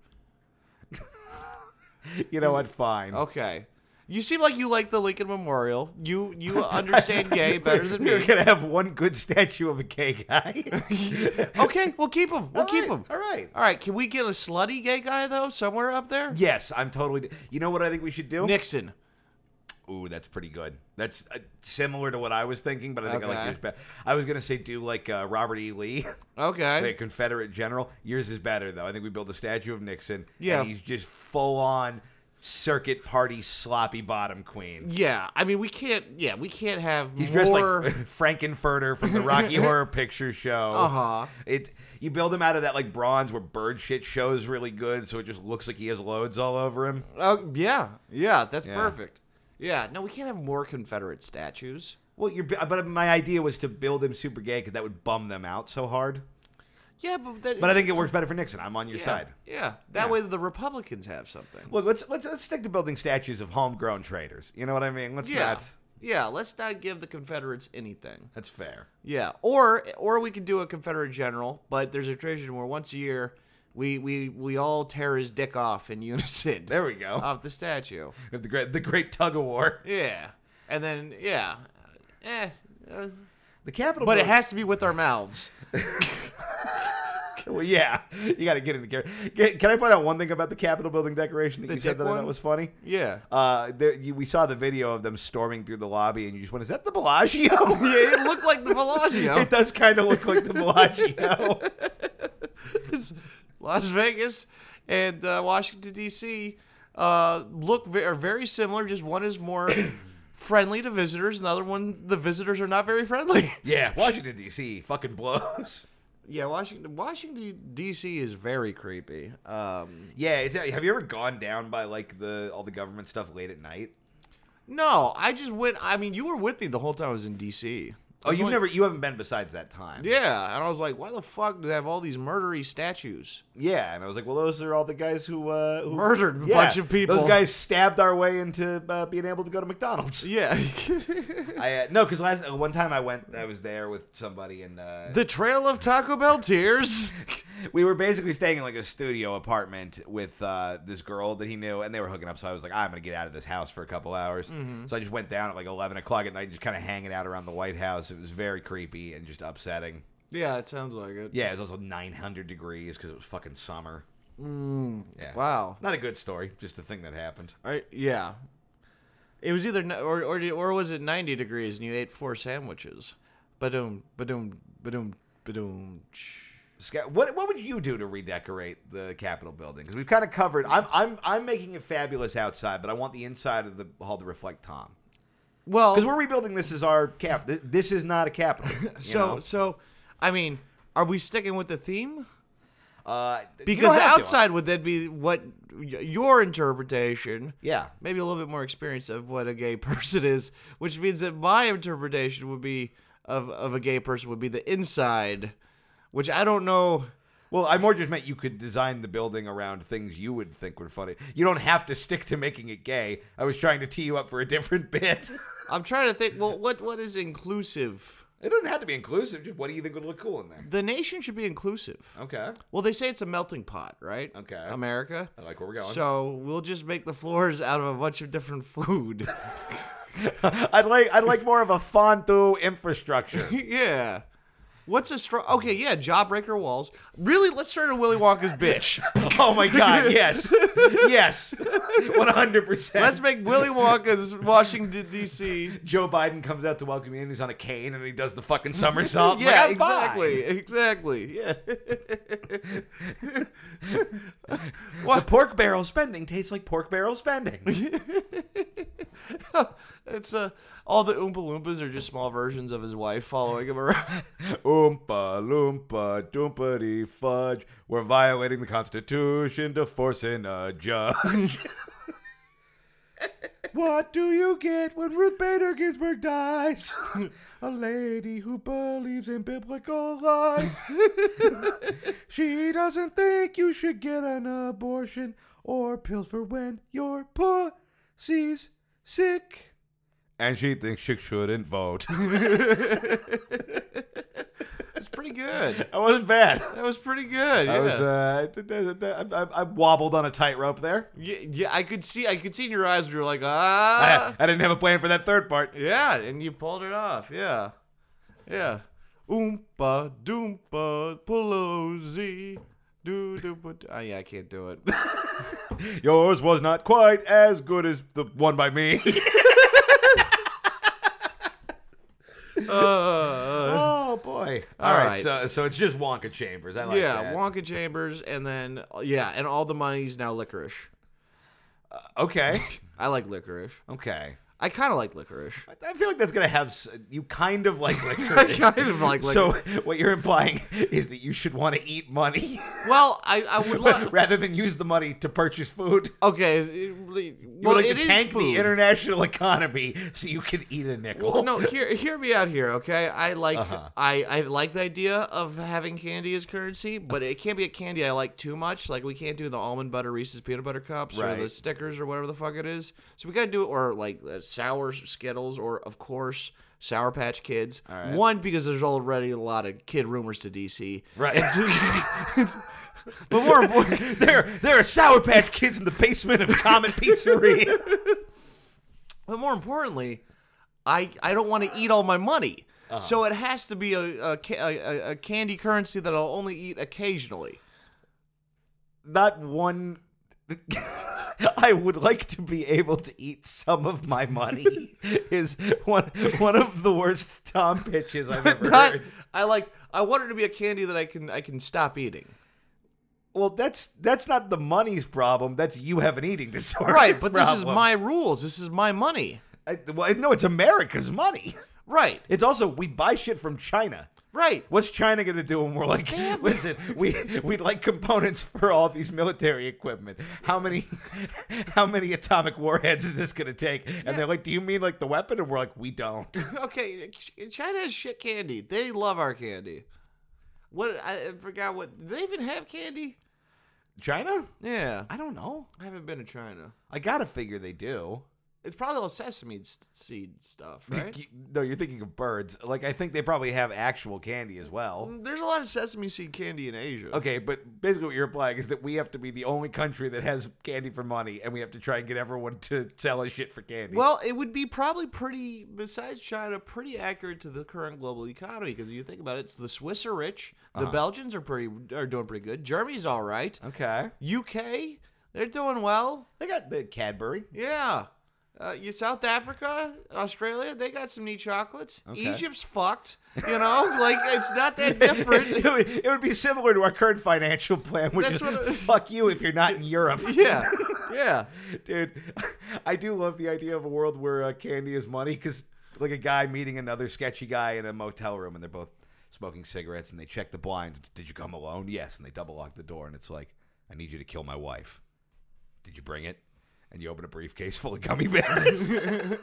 Speaker 1: You know what? Fine.
Speaker 2: Okay. You seem like you like the Lincoln Memorial. You you
Speaker 1: [LAUGHS]
Speaker 2: understand gay better than
Speaker 1: You're
Speaker 2: me.
Speaker 1: gonna [LAUGHS] have one good statue of a gay guy.
Speaker 2: Okay, we'll keep him. [LAUGHS] We'll
Speaker 1: All
Speaker 2: keep
Speaker 1: right,
Speaker 2: him.
Speaker 1: All right.
Speaker 2: All right, can we get a slutty gay guy though somewhere up there?
Speaker 1: Yes, I'm totally. d- You know what I think we should do?
Speaker 2: Nixon.
Speaker 1: Ooh, that's pretty good. That's uh, similar to what I was thinking, but I think I like
Speaker 2: Okay.
Speaker 1: yours better. I was gonna say do like uh, Robert E. Lee, [LAUGHS] the
Speaker 2: Okay.
Speaker 1: Confederate general. Yours is better though. I think we build a statue of Nixon.
Speaker 2: Yeah.
Speaker 1: and he's just full on circuit party sloppy bottom queen.
Speaker 2: Yeah, I mean we can't. Yeah, we can't have
Speaker 1: He's dressed
Speaker 2: more.
Speaker 1: like [LAUGHS] Frankenfurter from the
Speaker 2: [LAUGHS]
Speaker 1: Rocky Horror Picture Show.
Speaker 2: Uh-huh.
Speaker 1: It you build him out of that like bronze where bird shit shows really good, so it just looks like he has loads all over him.
Speaker 2: Oh, yeah, yeah, that's
Speaker 1: Yeah.
Speaker 2: perfect. Yeah, no, we can't have more Confederate statues.
Speaker 1: Well, you're, but my idea was to build him super gay because that would bum them out so hard.
Speaker 2: Yeah, but that,
Speaker 1: But I think it works better for Nixon. I'm on your
Speaker 2: yeah,
Speaker 1: side.
Speaker 2: Yeah, that
Speaker 1: Yeah.
Speaker 2: way the Republicans have something.
Speaker 1: Look, let's, let's let's stick to building statues of homegrown traitors. You know what I mean? Let's
Speaker 2: yeah,
Speaker 1: not.
Speaker 2: yeah. Let's not give the Confederates anything.
Speaker 1: That's fair.
Speaker 2: Yeah, or or we could do a Confederate general, but there's a tradition where once a year we we we all tear his dick off in [LAUGHS] unison
Speaker 1: There we go.
Speaker 2: off the statue.
Speaker 1: With [LAUGHS] the great the great tug of war.
Speaker 2: Yeah, and then yeah, eh. uh,
Speaker 1: The Capitol.
Speaker 2: but it
Speaker 1: building-
Speaker 2: has to be with our mouths.
Speaker 1: [LAUGHS] Well, yeah, you got to get into character. Can, can I point out one thing about the Capitol building decoration that
Speaker 2: The
Speaker 1: you said
Speaker 2: dick
Speaker 1: that I
Speaker 2: one?
Speaker 1: thought was funny?
Speaker 2: Yeah.
Speaker 1: Uh, there, you, we saw the video of them storming through the lobby, and you just went, "Is that the Bellagio?"
Speaker 2: [LAUGHS] Yeah, it looked like the Bellagio.
Speaker 1: [LAUGHS] it does kind of look like the
Speaker 2: [LAUGHS]
Speaker 1: Bellagio.
Speaker 2: It's Las Vegas and uh, Washington D.C. Uh, look ve- are very similar. Just one is more [CLEARS THROAT] friendly to visitors, and the other one, the visitors are not very friendly.
Speaker 1: yeah, Washington D.C. fucking blows.
Speaker 2: Yeah, Washington, Washington D.C. is very creepy. Um,
Speaker 1: Yeah, it's, have you ever gone down by like the all the government stuff late at night? Oh,
Speaker 2: no, I just went. I mean, you were with me the whole time I was in D.C.
Speaker 1: Oh,
Speaker 2: I was
Speaker 1: you've
Speaker 2: like-
Speaker 1: never you haven't been besides that time.
Speaker 2: Yeah, and I was like, why the fuck do they have all these murdery statues?
Speaker 1: Yeah, and I was like, well, those are all the guys who, uh, who
Speaker 2: Murdered a
Speaker 1: Yeah,
Speaker 2: bunch of people.
Speaker 1: Those guys stabbed our way into uh, being able to go to McDonald's.
Speaker 2: [LAUGHS] Yeah.
Speaker 1: [LAUGHS] I uh, no, because last uh, one time I went, I was there with somebody, and uh,
Speaker 2: the Trail of Taco Bell Tears.
Speaker 1: we were basically staying in like a studio apartment with uh, this girl that he knew, and they were hooking up. So I was like, I'm gonna get out of this house for a couple hours. So I just went down at like 11 o'clock at night, just kind of hanging out around the White House. It was very creepy and just upsetting.
Speaker 2: Yeah, it sounds like it.
Speaker 1: Yeah, it was also 900 degrees because it was fucking summer. Yeah.
Speaker 2: Wow.
Speaker 1: Not a good story, just a thing that happened.
Speaker 2: I, yeah. It was either n- or or did- or was it 90 degrees and you ate four sandwiches? Badoom, badoom, badoom, badoom. ch.
Speaker 1: Scott, what what would you do to redecorate the Capitol building? Because we've kind of covered. I'm I'm I'm making it fabulous outside, but I want the inside of the hall to reflect Tom.
Speaker 2: Well,
Speaker 1: Because we're rebuilding. This is our cap. This, this is not a Capitol. you
Speaker 2: so
Speaker 1: know?
Speaker 2: so I mean, are we sticking with the theme?
Speaker 1: uh, you
Speaker 2: Because
Speaker 1: don't have to.
Speaker 2: outside would then be what y- your interpretation,
Speaker 1: yeah,
Speaker 2: maybe a little bit more experience of what a gay [LAUGHS] person is, which means that my interpretation would be of of a gay person would be the inside, which I don't know.
Speaker 1: well, I more just meant you could design the building around things you would think were funny. You don't have to stick to making it gay. I was trying to tee you up for a different [LAUGHS] bit.
Speaker 2: I'm trying to think. Well, what what is inclusive?
Speaker 1: It doesn't have to be inclusive. Just what do you think would look cool in there?
Speaker 2: The nation should be inclusive.
Speaker 1: Okay.
Speaker 2: Well, they say it's a melting pot, right?
Speaker 1: Okay.
Speaker 2: America.
Speaker 1: I like where we're going.
Speaker 2: So we'll just make the floors out of a bunch of different food.
Speaker 1: [LAUGHS] I'd like I'd like more of a fondue infrastructure.
Speaker 2: [LAUGHS] yeah. What's a strong? Okay, yeah, jawbreaker walls. Really, let's turn to Willy
Speaker 1: [LAUGHS]
Speaker 2: Wonka's bitch.
Speaker 1: Oh my god, yes. Yes. [LAUGHS] 100%.
Speaker 2: Let's make Willy Wonka's Washington D.C.
Speaker 1: Joe Biden comes out to welcome you in. He's on a cane and he does the fucking [LAUGHS] somersault. I'm like,
Speaker 2: Yeah,
Speaker 1: I'm
Speaker 2: exactly,
Speaker 1: fine.
Speaker 2: exactly. Yeah.
Speaker 1: The pork barrel spending tastes like pork barrel spending.
Speaker 2: It's uh, all the Oompa Loompas are just small versions of his wife following him around. [LAUGHS]
Speaker 1: Oompa loompa doompity fudge. We're violating the Constitution to force in a judge. [LAUGHS] what do you get when Ruth Bader Ginsburg dies? [LAUGHS] a lady who believes in biblical lies. she doesn't think you should get an abortion or pills for when your pussy's sick. And she thinks she shouldn't vote. [LAUGHS]
Speaker 2: It's pretty good.
Speaker 1: that wasn't bad.
Speaker 2: That was pretty good. Yeah.
Speaker 1: I was uh, th- th- th- I, I, I wobbled on a tightrope there.
Speaker 2: yeah, yeah, I could see, I could see in your eyes. You were
Speaker 1: [LAUGHS]
Speaker 2: like,
Speaker 1: I,
Speaker 2: ah,
Speaker 1: I didn't have a plan for that third part.
Speaker 2: yeah, and you pulled it off. Yeah, yeah. Oompa doompa Pelosi. Do do but uh, yeah, I can't do it. [LAUGHS]
Speaker 1: Yours was not quite as good as the one by
Speaker 2: [LAUGHS]
Speaker 1: me.
Speaker 2: Uh,
Speaker 1: [LAUGHS] oh boy!
Speaker 2: All
Speaker 1: All right,
Speaker 2: right.
Speaker 1: so so it's just Wonka Chambers. I like
Speaker 2: yeah,
Speaker 1: that.
Speaker 2: Wonka Chambers, and then yeah, and all the money's now licorice. [LAUGHS]
Speaker 1: okay,
Speaker 2: I like licorice.
Speaker 1: okay.
Speaker 2: I kind of like licorice.
Speaker 1: I- I feel like that's gonna have s- you kind of like
Speaker 2: [LAUGHS] I
Speaker 1: licorice.
Speaker 2: kind of like licorice.
Speaker 1: So [LAUGHS] what you're implying is that you should want to eat money [LAUGHS]
Speaker 2: well, I, I would like.
Speaker 1: rather than use the money to purchase food.
Speaker 2: Okay, is it really-
Speaker 1: You would
Speaker 2: well,
Speaker 1: like
Speaker 2: it
Speaker 1: to
Speaker 2: is
Speaker 1: tank
Speaker 2: food.
Speaker 1: the international economy so you can eat a nickel. [LAUGHS]
Speaker 2: Well, no, hear hear me out here, okay? I like
Speaker 1: Uh-huh.
Speaker 2: I, I like the idea of having candy as currency, but it can't be a candy I like too much. Like we can't do the almond butter Reese's peanut butter cups or the
Speaker 1: Right.
Speaker 2: stickers or whatever the fuck it is. So we gotta do or like uh, sour Skittles or of course Sour Patch Kids.
Speaker 1: right.
Speaker 2: One because there's already a lot of kid rumors to DC.
Speaker 1: Right.
Speaker 2: And
Speaker 1: [LAUGHS]
Speaker 2: two- [LAUGHS] but more important,
Speaker 1: there, there are Sour Patch Kids in the basement of Comet Pizzeria.
Speaker 2: But more importantly, I I don't want to eat all my money. So it has to be a, a, ca- a, a- a candy currency that I'll only eat occasionally.
Speaker 1: [LAUGHS] Not one. [LAUGHS] I would like to be able to eat some of my [LAUGHS] money. Is one one of the worst Tom pitches I've ever
Speaker 2: Not,
Speaker 1: heard.
Speaker 2: I like I want it to be a candy that I can I can stop eating.
Speaker 1: Well, that's that's not the money's problem. That's you have an eating disorder.
Speaker 2: Right, but this is my rules. This is my money.
Speaker 1: I, well, no, it's America's money.
Speaker 2: Right.
Speaker 1: It's also we buy shit from China.
Speaker 2: Right. [LAUGHS]
Speaker 1: What's China going to do when we're like,
Speaker 2: have-
Speaker 1: listen, we [LAUGHS] we'd like components for all these military equipment. How many [LAUGHS] how many atomic warheads is this going to take? And they're like, do you mean like the weapon? And we're like, we don't.
Speaker 2: Okay, Ch- China has shit candy. They love our candy. What I I forgot what do they even have candy?
Speaker 1: China?
Speaker 2: Yeah.
Speaker 1: I don't know.
Speaker 2: I haven't been to China.
Speaker 1: I got to figure they do.
Speaker 2: It's probably all sesame s- seed stuff, right?
Speaker 1: No, you're thinking of birds. Like I think they probably have actual candy as well.
Speaker 2: There's a lot of sesame seed candy in Asia.
Speaker 1: Okay, but basically what you're implying is that we have to be the only country that has candy for money and we have to try and get everyone to sell us shit for candy.
Speaker 2: Well, it would be probably pretty, besides China, pretty accurate to the current global economy because you think about it, it's the Swiss are rich, the Belgians are pretty are doing pretty good, Germany's all right,
Speaker 1: Uh-huh. okay.
Speaker 2: UK they're doing well,
Speaker 1: They got the Cadbury.
Speaker 2: yeah. Uh, you South Africa, Australia, they got some neat chocolates.
Speaker 1: Okay.
Speaker 2: Egypt's fucked, you know, [LAUGHS] like it's not that
Speaker 1: [LAUGHS]
Speaker 2: different.
Speaker 1: it, would, it would be similar to our current financial plan, which
Speaker 2: That's
Speaker 1: is
Speaker 2: what I-
Speaker 1: [LAUGHS] fuck you if you're not in Europe,
Speaker 2: [LAUGHS]
Speaker 1: [LAUGHS]
Speaker 2: yeah, yeah.
Speaker 1: dude. [LAUGHS] I do love the idea of a world where uh, candy is money, because like a guy meeting another sketchy guy in a motel room, and they're both smoking cigarettes, and they check the blinds. Did you come alone? Yes, and they double lock the door, and it's like, I need you to kill my wife. Did you bring it? And you open a briefcase full of gummy bears.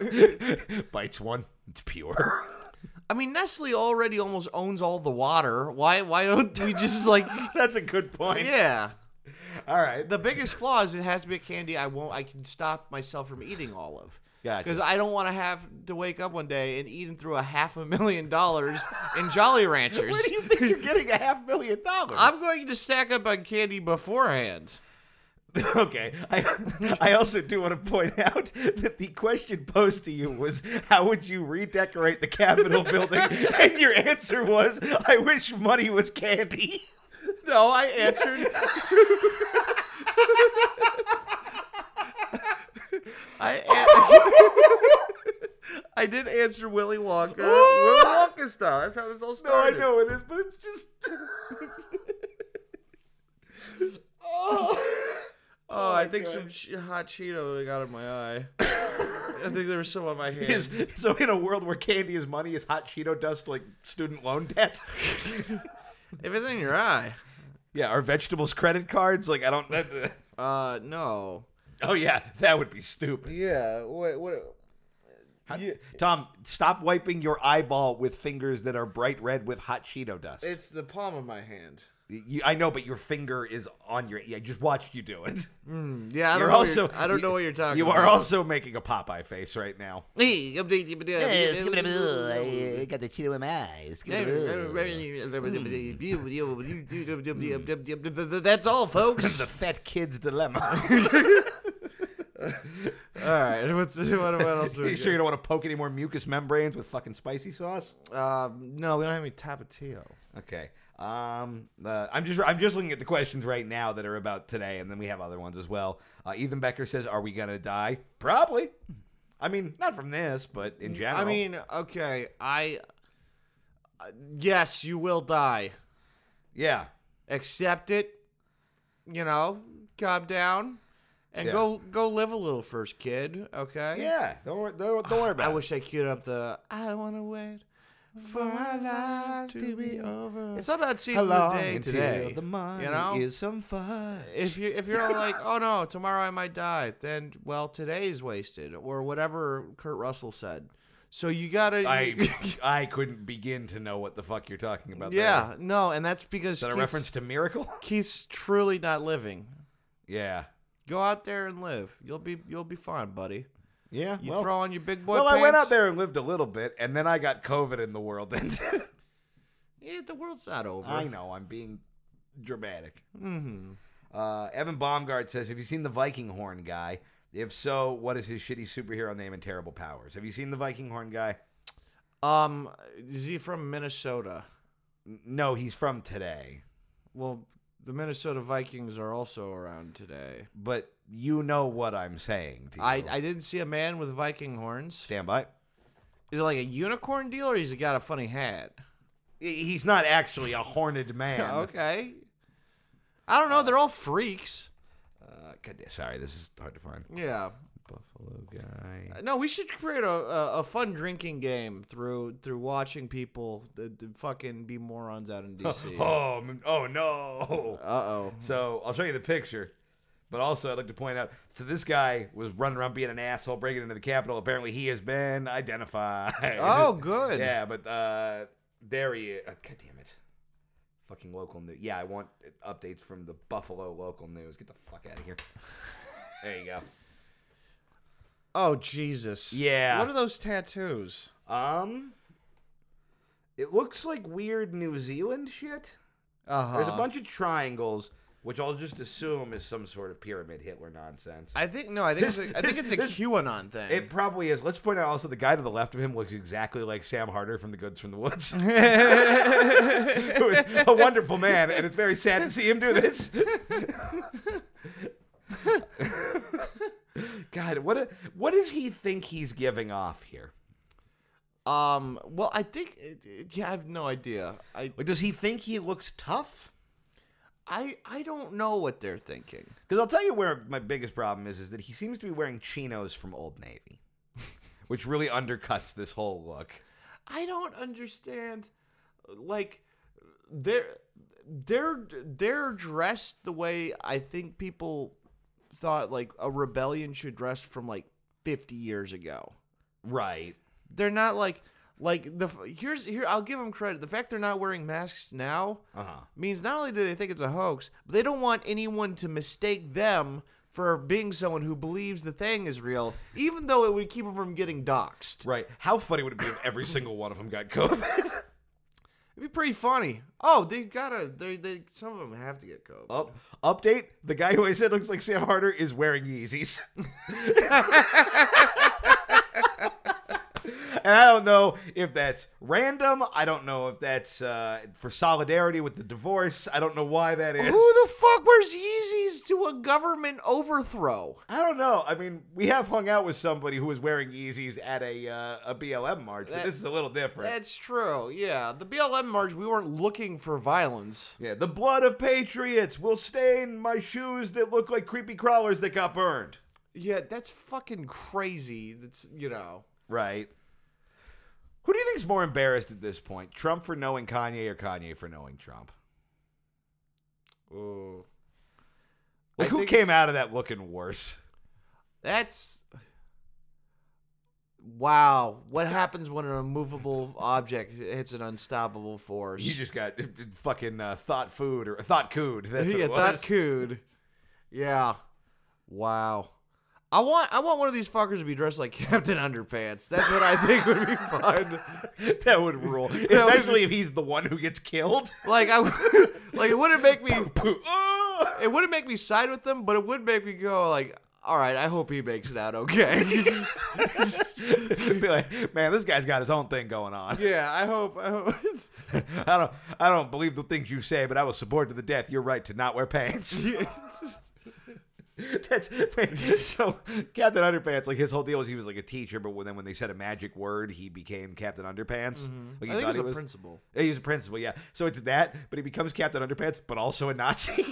Speaker 1: [LAUGHS] Bites one. It's pure. [LAUGHS]
Speaker 2: I mean, Nestle already almost owns all the water. Why? Why don't we just
Speaker 1: [LAUGHS]
Speaker 2: like?
Speaker 1: That's a good point.
Speaker 2: Yeah.
Speaker 1: All right.
Speaker 2: The biggest flaw is it has to be a candy I won't I can stop myself from eating all of.
Speaker 1: Gotcha.
Speaker 2: Because I don't want to have to wake up one day and eating through a half a million dollars in Jolly [LAUGHS] Ranchers.
Speaker 1: Where do you think you're getting a half million dollars?
Speaker 2: I'm going to stack up on candy beforehand.
Speaker 1: [LAUGHS] Okay. I, I also do want to point out that the question posed to you was, how would you redecorate the Capitol [LAUGHS] building? And your answer was, I wish money was candy.
Speaker 2: No, I answered. I an- [LAUGHS] I did answer Willy Wonka. Willy Wonka style. That's how this all
Speaker 1: No, I
Speaker 2: started.
Speaker 1: know it is, but it's [LAUGHS] just. oh.
Speaker 2: Oh, I think
Speaker 1: God.
Speaker 2: some ch- hot Cheeto got in my [LAUGHS] eye. I think there was some on my hand.
Speaker 1: Is, so in a world where candy is money, is hot Cheeto dust like student loan [LAUGHS] debt?
Speaker 2: If it's in your eye,
Speaker 1: yeah, are vegetables credit cards? Like I don't. That, that-
Speaker 2: uh, no.
Speaker 1: oh yeah, that would be stupid.
Speaker 2: Yeah. What? What?
Speaker 1: Hot- Tom, stop wiping your eyeball with fingers that are bright red with hot Cheeto dust.
Speaker 2: It's the palm of my hand.
Speaker 1: You- I know, but your finger is on your. I just watched you do it.
Speaker 2: Yeah, [LAUGHS] I
Speaker 1: You're
Speaker 2: don't know.
Speaker 1: also.
Speaker 2: what you're, I don't
Speaker 1: you-
Speaker 2: know what you're talking.
Speaker 1: You
Speaker 2: about.
Speaker 1: are also making a Popeye face right now.
Speaker 2: Hey, update. update-
Speaker 3: I got the cheetah in my eyes.
Speaker 2: That's all, folks. [LAUGHS]
Speaker 1: The
Speaker 2: all
Speaker 1: fat kid's
Speaker 2: [LAUGHS]
Speaker 1: dilemma.
Speaker 2: right. What's what, what else?
Speaker 1: [LAUGHS]
Speaker 2: Do
Speaker 1: you sure
Speaker 2: we
Speaker 1: you
Speaker 2: [LAUGHS] sure
Speaker 1: don't want to poke any more mucous membranes with fucking spicy sauce?
Speaker 2: um, no, we don't have any tapatio.
Speaker 1: Okay. Um, uh, I'm just I'm just looking at the questions right now that are about today, and then we have other ones as well. Uh, Ethan Becker says, "Are we gonna die? Probably. I mean, not from this, but in general.
Speaker 2: I mean, okay, I. Uh, yes, you will die.
Speaker 1: yeah,
Speaker 2: Accept it. You know, calm down, and
Speaker 1: Yeah.
Speaker 2: go go live a little first, kid. Okay.
Speaker 1: yeah. Don't wor- don't, don't worry about
Speaker 2: I
Speaker 1: it.
Speaker 2: wish I queued up the I don't want to wait for my life to be over. It's all about
Speaker 1: How
Speaker 2: season the
Speaker 1: long
Speaker 2: day
Speaker 1: until
Speaker 2: today.
Speaker 1: the money
Speaker 2: you know,
Speaker 1: is some fun?
Speaker 2: if you if you're
Speaker 1: [LAUGHS]
Speaker 2: all like, oh no, tomorrow I might die, then well, today's wasted or whatever Kurt Russell said. So you gotta, [LAUGHS]
Speaker 1: I I couldn't begin to know what the fuck you're talking about. there.
Speaker 2: yeah, no, and that's because
Speaker 1: Is that a
Speaker 2: Keith's-
Speaker 1: reference to Miracle? [LAUGHS]
Speaker 2: Keith's truly not living.
Speaker 1: yeah.
Speaker 2: Go out there and live. You'll be you'll be fine, buddy.
Speaker 1: Yeah.
Speaker 2: You
Speaker 1: well,
Speaker 2: throw on your big boy.
Speaker 1: well I went
Speaker 2: pants.
Speaker 1: out there and lived a little bit, and then I got COVID in the world. [LAUGHS] And
Speaker 2: Yeah, the world's not over.
Speaker 1: I know I'm being dramatic. Mm-hmm. Uh, Evan Baumgart says, "Have you seen the Viking Horn guy? If so, what is his shitty superhero name and terrible powers? Have you seen the Viking Horn guy?
Speaker 2: Um, is he from Minnesota?
Speaker 1: N- No, he's from today,
Speaker 2: Well, the Minnesota Vikings are also around today.
Speaker 1: but you know what I'm saying. To you.
Speaker 2: I, I didn't see a man with Viking horns.
Speaker 1: stand by."
Speaker 2: Is it like a unicorn deal or he's got a funny hat?
Speaker 1: He- He's not actually a [LAUGHS] horned man.
Speaker 2: Okay. I don't know. They're all freaks.
Speaker 1: Uh, God- sorry, this is hard to find.
Speaker 2: Yeah.
Speaker 1: Buffalo guy.
Speaker 2: No, we should create a, a, a fun drinking game through through watching people that that fucking be morons
Speaker 1: [LAUGHS]
Speaker 2: out in D.C. Uh
Speaker 1: Oh, m- oh no. [LAUGHS]
Speaker 2: oh.
Speaker 1: So I'll show you the picture. But also, I'd like to point out so this guy was running around being an asshole, breaking into the Capitol. Apparently, he has been identified. [LAUGHS]
Speaker 2: Oh, good.
Speaker 1: yeah, but uh, there he is. Uh, God damn it. Fucking local news. Yeah, I want updates from the Buffalo local news. Get the fuck out of here. There you go.
Speaker 2: Oh Jesus.
Speaker 1: Yeah.
Speaker 2: What are those tattoos?
Speaker 1: Um, it looks like weird New Zealand shit.
Speaker 2: Uh huh.
Speaker 1: There's a bunch of triangles, which I'll just assume is some sort of pyramid Hitler nonsense.
Speaker 2: I think no. I think it's a, I think
Speaker 1: This-
Speaker 2: it's a
Speaker 1: this-
Speaker 2: QAnon thing.
Speaker 1: It probably is. Let's point out also the guy to the left of him looks exactly like Sam Harder from The Goods from the Woods, [LAUGHS] who is a wonderful man, and it's very sad to see him do this. [LAUGHS] God, what a, what does he think he's giving off here?
Speaker 2: um. Well, I think. It, it- yeah, I have no idea. I
Speaker 1: Or does he think he looks tough?
Speaker 2: I I don't know what they're thinking.
Speaker 1: Because I'll tell you where my biggest problem is: is that he seems to be wearing chinos from Old Navy, [LAUGHS] which really undercuts this whole look.
Speaker 2: I don't understand. Like, they're they're they're dressed the way I think people thought like a rebellion should dress from like 50 years ago.
Speaker 1: Right.
Speaker 2: They're not like like the here's here I'll give them credit. The fact they're not wearing masks now
Speaker 1: Uh huh.
Speaker 2: means not only do they think it's a hoax, but they don't want anyone to mistake them for being someone who believes the thing is real, even though it would keep him from getting doxxed.
Speaker 1: Right. How funny would it be if every single one of them got COVID? [LAUGHS]
Speaker 2: It'd be pretty funny. Oh, they gotta. They, they some of them have to get COVID.
Speaker 1: Up, update: the guy who I said looks like Sam Harder is wearing Yeezys. and I don't know if that's random. I don't know if that's uh, for solidarity with the divorce. I don't know why that is.
Speaker 2: Who the fuck wears Yeezys to a government overthrow?
Speaker 1: I don't know. I mean, we have hung out with somebody who was wearing Yeezys at a uh, a BLM march, but
Speaker 2: That-
Speaker 1: this is a little different.
Speaker 2: That's true. Yeah, the BLM march. We weren't looking for violence.
Speaker 1: yeah, the blood of patriots will stain my shoes that look like creepy crawlers that got burned.
Speaker 2: Yeah, that's fucking crazy. That's you know.
Speaker 1: Right. Who do you think's more embarrassed at this point? Trump for knowing Kanye or Kanye for knowing Trump?
Speaker 2: Ooh.
Speaker 1: Like
Speaker 2: I
Speaker 1: who
Speaker 2: think
Speaker 1: came
Speaker 2: it's-
Speaker 1: out of that looking worse?
Speaker 2: That's wow. What happens when an immovable object hits an unstoppable force?
Speaker 1: You just got fucking uh, thought food or thought cood. That's what
Speaker 2: [LAUGHS] yeah,
Speaker 1: it was.
Speaker 2: that could. Yeah. Wow. I want I want one of these fuckers to be dressed like [LAUGHS] Captain Underpants. That's what I think would be fun.
Speaker 1: [LAUGHS] that would rule,
Speaker 2: [LAUGHS] would-
Speaker 1: especially if he's the one who gets killed. [LAUGHS]
Speaker 2: Like I would- [LAUGHS] like it wouldn't make me
Speaker 1: Oh!
Speaker 2: it wouldn't make me side with them, but it would make me go like, all right, I hope he makes it out okay. [LAUGHS]
Speaker 1: Be like, man, this guy's got his own thing going on. [LAUGHS]
Speaker 2: yeah, I hope I hope [LAUGHS] it's
Speaker 1: I don't, I don't believe the things you say, but I will support to the death. You're right to not wear
Speaker 2: [LAUGHS]
Speaker 1: pants.
Speaker 2: it's just-
Speaker 1: [LAUGHS] That's wait, so Captain Underpants. Like his whole deal was he was like a teacher, but when- then when they said a magic word, he became Captain Underpants. Like
Speaker 2: Mm-hmm. I think
Speaker 1: thought
Speaker 2: it's a principal.
Speaker 1: yeah, he was a principal, yeah. So it's that, but he becomes Captain Underpants, but also a Nazi.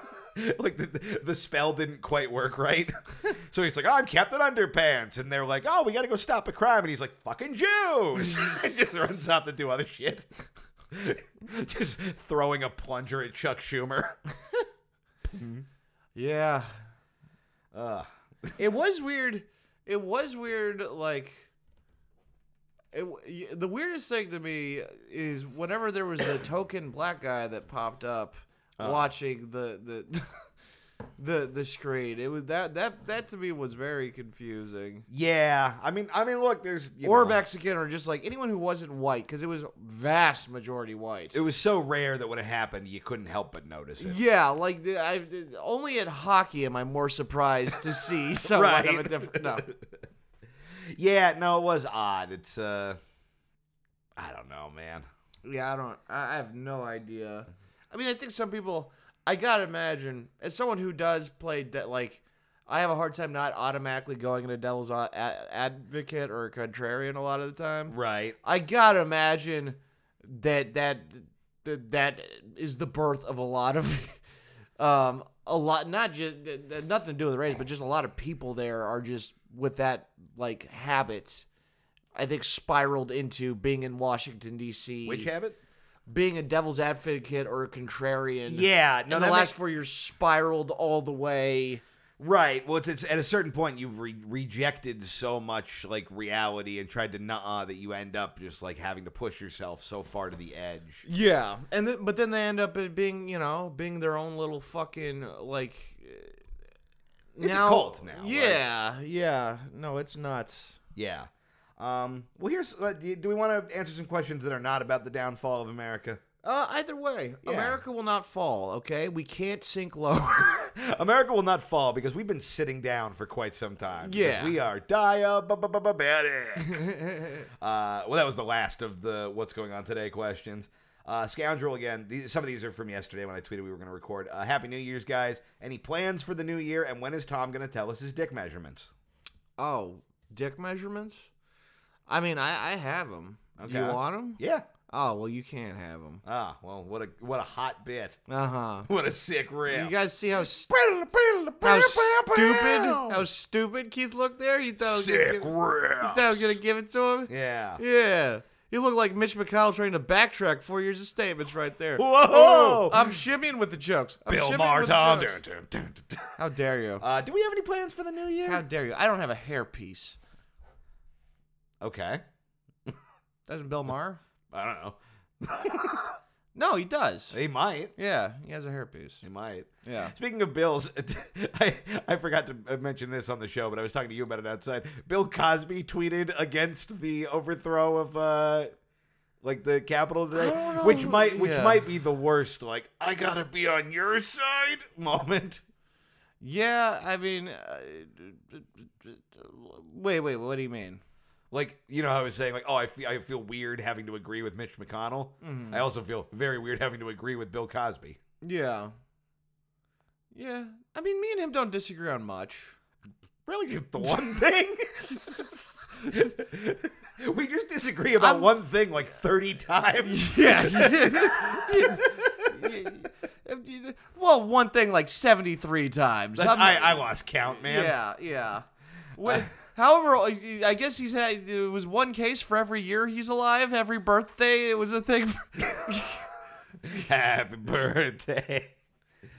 Speaker 1: [LAUGHS] like the, the spell didn't quite work right. [LAUGHS] so he's like, "Oh, I'm Captain Underpants," and they're like, "Oh, we got to go stop a crime," and he's like, "Fucking Jews!" [LAUGHS] and just runs off to do other shit. [LAUGHS] just throwing a plunger at Chuck Schumer. [LAUGHS]
Speaker 2: Yeah.
Speaker 1: Ugh.
Speaker 2: It was weird. It was weird. Like, it, w- y- the weirdest thing to me is whenever there
Speaker 1: [COUGHS]
Speaker 2: was the token black guy that popped up
Speaker 1: Uh.
Speaker 2: watching the the. [LAUGHS] The, the screen it was that that that to me was very confusing
Speaker 1: Yeah, I mean, I mean, look, there's you
Speaker 2: or
Speaker 1: know,
Speaker 2: mexican or just like anyone who wasn't white because it was vast majority white
Speaker 1: It was so rare that when it happened, you couldn't help but notice it.
Speaker 2: yeah like the- i the- only at hockey am i more surprised to see [LAUGHS] someone of a
Speaker 1: Right.
Speaker 2: different no
Speaker 1: Yeah, no, it was odd. It's uh, I don't know, man.
Speaker 2: Yeah, I don't. I I have no idea. I mean, I think some people. I gotta imagine as someone who does play de- like, I have a hard time not automatically going into devil's a- a- advocate or contrarian a lot of the time.
Speaker 1: Right?
Speaker 2: I gotta imagine that that that, that is the birth of a lot of, [LAUGHS] um, a lot not just nothing to do with the race, but just a lot of people there are just with that like habit. I think spiraled into being in Washington D.C
Speaker 1: Which habit?
Speaker 2: being a devil's advocate or a contrarian.
Speaker 1: Yeah, no,
Speaker 2: And the
Speaker 1: that
Speaker 2: last
Speaker 1: makes-
Speaker 2: four years spiraled all the way.
Speaker 1: Right. Well, it's, it's at a certain point you've re- rejected so much like reality and tried to nah that you end up just like having to push yourself so far to the edge.
Speaker 2: Yeah. And th- but then they end up at being, you know, being their own little fucking like uh,
Speaker 1: It's a cult now, like-
Speaker 2: Yeah. yeah. No, it's nuts.
Speaker 1: Yeah. Um. Well, here's uh, do, do we want to answer some questions that are not about the downfall of America?
Speaker 2: Uh, either way,
Speaker 1: Yeah.
Speaker 2: America will not fall, okay? We can't sink lower. [LAUGHS]
Speaker 1: America will not fall because we've been sitting down for quite some time. because
Speaker 2: Yeah.
Speaker 1: we are diabetic. uh, well, that was the last of the what's going on today questions. Uh, Scoundrel again. These, some of these are from yesterday when I tweeted we were going to record. Uh, Happy New Year's, guys! Any plans for the new year? And when is Tom going to tell us his dick measurements?
Speaker 2: oh, dick measurements? I mean, I, I have them.
Speaker 1: Okay.
Speaker 2: You want them?
Speaker 1: Yeah.
Speaker 2: Oh, well, you can't have them.
Speaker 1: Ah, well, what a what a hot bit.
Speaker 2: Uh-huh.
Speaker 1: What a sick riff.
Speaker 2: You guys see how st-
Speaker 1: How
Speaker 2: How stupid! How stupid Keith looked there. You thought I was gonna
Speaker 1: sick
Speaker 2: give, you thought I was gonna
Speaker 1: riff.
Speaker 2: give it to him.
Speaker 1: Yeah.
Speaker 2: Yeah, he looked like Mitch McConnell trying to backtrack four years of statements right there.
Speaker 1: Whoa!
Speaker 2: Oh, I'm shimmying with the jokes. I'm
Speaker 1: Bill
Speaker 2: shimmying with the
Speaker 1: Martin.
Speaker 2: jokes.
Speaker 1: Dun, dun, dun, dun.
Speaker 2: How dare you?
Speaker 1: Uh, do we have any plans for the new year?
Speaker 2: How dare you? I don't have a hairpiece.
Speaker 1: okay.
Speaker 2: Doesn't Bill Maher?
Speaker 1: I don't know.
Speaker 2: No, he does.
Speaker 1: They might.
Speaker 2: Yeah, he has a hairpiece.
Speaker 1: They might.
Speaker 2: Yeah.
Speaker 1: Speaking of bills, [LAUGHS] I, I forgot to mention this on the show, but I was talking to you about it outside. Bill Cosby tweeted against the overthrow of uh, like the Capitol today,
Speaker 2: don't know
Speaker 1: which
Speaker 2: who-
Speaker 1: might which
Speaker 2: yeah.
Speaker 1: might be the worst. Like I gotta be on your side [LAUGHS] moment.
Speaker 2: Yeah, I mean, uh, wait, wait, what do you mean?
Speaker 1: Like you know, how I was saying like, oh, I feel I feel weird having to agree with Mitch McConnell.
Speaker 2: Mm-hmm.
Speaker 1: I also feel very weird having to agree with Bill Cosby.
Speaker 2: Yeah. Yeah, I mean, me and him don't disagree on much.
Speaker 1: Really, just the one thing. [LAUGHS] we just disagree about
Speaker 2: I'm-
Speaker 1: one thing like thirty [LAUGHS] times.
Speaker 2: [LAUGHS] Yeah. well, one thing like 73 times.
Speaker 1: That-
Speaker 2: I'm-
Speaker 1: I, I lost count, man.
Speaker 2: Yeah, yeah. Wh- however, uh, I I guess he's had it was one case for every year he's alive. Every birthday, it was a thing. For, [LAUGHS]
Speaker 1: Happy birthday.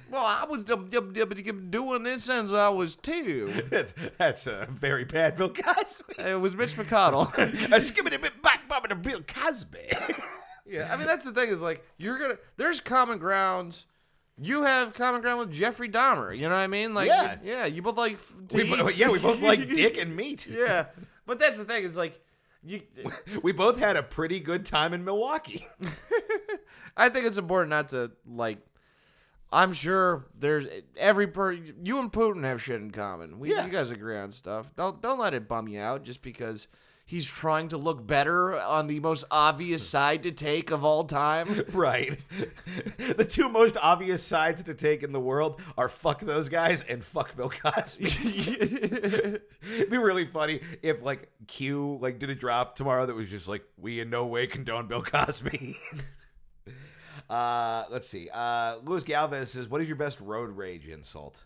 Speaker 2: well, I was dub- dub- dub- doing this since I was two.
Speaker 1: That's that's a very bad Bill [LAUGHS] Cosby.
Speaker 2: It was Mitch McConnell.
Speaker 1: a skibbity bit back bummer to Bill Cosby.
Speaker 2: [LAUGHS] Yeah, I mean that's the thing is like you're gonna there's common grounds. You have common ground with Jeffrey Dahmer. You know what I mean? Like
Speaker 1: Yeah.
Speaker 2: you, yeah, you both like f- to
Speaker 1: we,
Speaker 2: eat.
Speaker 1: bo- yeah, we
Speaker 2: [LAUGHS]
Speaker 1: both like dick and meat. [LAUGHS]
Speaker 2: yeah, but that's the thing is like you.
Speaker 1: We both had a pretty good time in Milwaukee.
Speaker 2: I think it's important not to like. I'm sure there's every per you and Putin have shit in common. We
Speaker 1: Yeah.
Speaker 2: you guys agree on stuff. Don't don't let it bum you out just because he's trying to look better on the most obvious side to take of all time.
Speaker 1: right. [LAUGHS] The two most obvious sides to take in the world are fuck those guys and fuck Bill Cosby. [LAUGHS] It'd be really funny if like Q like did a drop tomorrow that was just like we in no way condone Bill Cosby. [LAUGHS] uh, let's see. Uh, Luis Galvez says, "What is your best road rage insult?"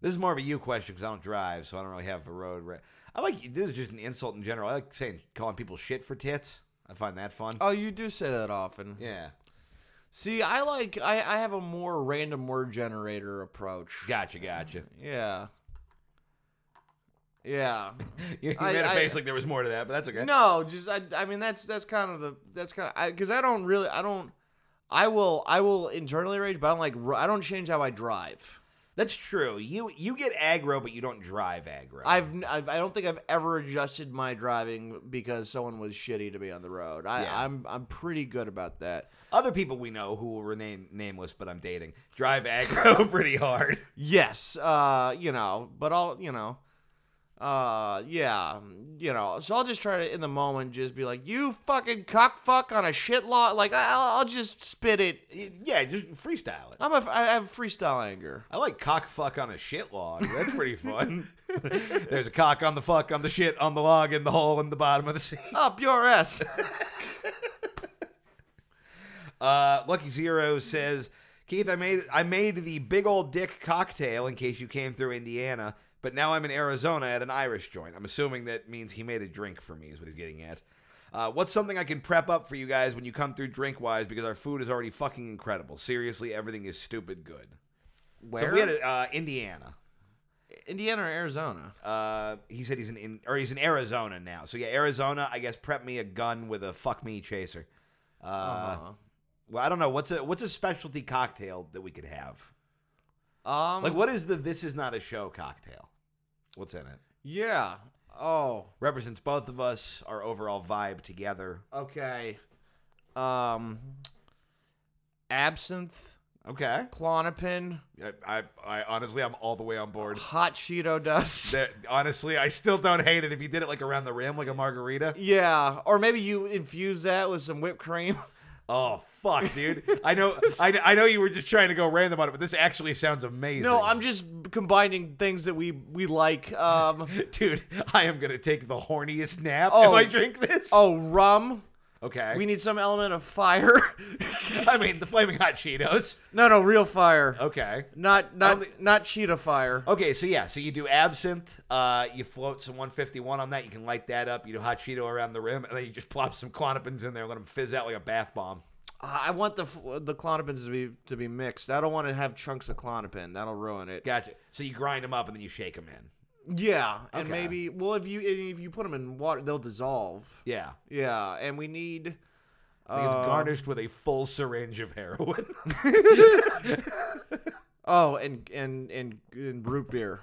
Speaker 1: This is more of a you question because I don't drive, so I don't really have a road rage. I like this is just an insult in general. I like saying calling people shit for tits. I find that fun.
Speaker 2: [LAUGHS] oh, you do say that often.
Speaker 1: Yeah,
Speaker 2: See, I like I, I have a more random word generator approach.
Speaker 1: gotcha,
Speaker 2: [LAUGHS]
Speaker 1: gotcha.
Speaker 2: Yeah. Yeah.
Speaker 1: You, you
Speaker 2: I-
Speaker 1: made a
Speaker 2: I-
Speaker 1: face like there was more to that, but that's okay.
Speaker 2: No, just I, I mean that's that's kind of the that's kind of because I, don't really I don't I will I will internally rage, but I don't like ru- I don't change how I drive.
Speaker 1: That's true. You you get aggro, but you don't drive aggro.
Speaker 2: I've, n- I've I don't think I've ever adjusted my driving because someone was shitty to me on the road. I,
Speaker 1: Yeah.
Speaker 2: I'm I'm pretty good about that.
Speaker 1: Other people we know who will remain nameless, but I'm dating, drive aggro [LAUGHS] pretty hard.
Speaker 2: Yes, uh, you know, but I'll, you know, uh, yeah, you know. So I'll just try to, in the moment, just be like, "You fucking cockfuck on a shit lot." Like I- I'll, I'll just spit it.
Speaker 1: Yeah, just freestyle it.
Speaker 2: I'm a, I have freestyle anger.
Speaker 1: I like cock fuck on a shit log. That's pretty
Speaker 2: [LAUGHS]
Speaker 1: fun. There's a cock on the fuck, on the shit, on the log, in the hole, in the bottom of the sea.
Speaker 2: Up
Speaker 1: [LAUGHS]
Speaker 2: your ass.
Speaker 1: Uh, Lucky Zero says, Keith, I made I made the big old dick cocktail in case you came through Indiana, but now I'm in Arizona at an Irish joint. I'm assuming that means he made a drink for me, is what he's getting at. Uh, what's something I can prep up for you guys when you come through drink wise? Because our food is already fucking incredible. Seriously, everything is stupid good.
Speaker 2: Where?
Speaker 1: So we had a, uh, Indiana.
Speaker 2: Indiana or Arizona?
Speaker 1: Uh, he said he's in, in or he's in Arizona now. So yeah, Arizona. I guess prep me a gun with a fuck me chaser. Uh,
Speaker 2: Uh-huh.
Speaker 1: Well, I don't know what's a what's a specialty cocktail that we could have.
Speaker 2: um.
Speaker 1: Like, what is the "This is not a show" cocktail? What's in it?
Speaker 2: Yeah. Oh.
Speaker 1: Represents both of us, our overall vibe together.
Speaker 2: Okay. Um. Absinthe,
Speaker 1: Okay,
Speaker 2: clonopin,
Speaker 1: I, I, I honestly, I'm all the way on
Speaker 2: [SIGHS]
Speaker 1: board.
Speaker 2: hot Cheeto dust.
Speaker 1: That- honestly, I still don't hate it if you did it like around the rim, like a margarita.
Speaker 2: [LAUGHS] Yeah, or maybe you infuse that with some whipped cream. [LAUGHS]
Speaker 1: Oh fuck, dude! I know, I, I know you were just trying to go random on it, but this actually sounds amazing.
Speaker 2: No, I'm just combining things that we we like. Um,
Speaker 1: [LAUGHS] Dude, I am gonna take the horniest nap
Speaker 2: Oh.
Speaker 1: if I drink this.
Speaker 2: oh, rum.
Speaker 1: okay.
Speaker 2: We need some element of fire. [LAUGHS]
Speaker 1: I mean, the flaming hot Cheetos.
Speaker 2: no, no, real fire.
Speaker 1: Okay.
Speaker 2: Not
Speaker 1: I
Speaker 2: not
Speaker 1: don't
Speaker 2: not cheetah fire.
Speaker 1: Okay, so yeah, so you do absinthe, uh, you float some 151 on that, you can light that up, you do hot Cheeto around the rim, and then you just plop some clonopins in there, let them fizz out like a bath bomb.
Speaker 2: I I want the f- the clonopins to be to be mixed. I don't want to have chunks of clonopin. That'll ruin it.
Speaker 1: Gotcha. So you grind them up and then you shake them in.
Speaker 2: Yeah, and
Speaker 1: Okay.
Speaker 2: maybe well if you if you put them in water, they'll dissolve.
Speaker 1: Yeah.
Speaker 2: Yeah, and we need uh,
Speaker 1: I think it's garnished with a full syringe of heroin. [LAUGHS]
Speaker 2: Oh, and and and, and root beer.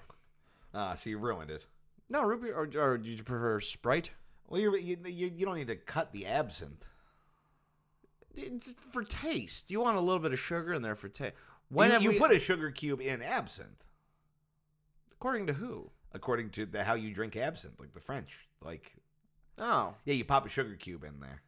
Speaker 1: ah, so you ruined it.
Speaker 2: No, root beer. Or, or did you prefer Sprite?
Speaker 1: Well, you, you you you don't need to cut the absinthe.
Speaker 2: It's for taste. You want a little bit of sugar in there for taste.
Speaker 1: When
Speaker 2: When
Speaker 1: you,
Speaker 2: have
Speaker 1: you
Speaker 2: we,
Speaker 1: put a sugar cube in absinthe,
Speaker 2: According to who?
Speaker 1: according to the, how you drink absinthe, like the French. Like,
Speaker 2: Oh,
Speaker 1: yeah, you pop a sugar cube in there.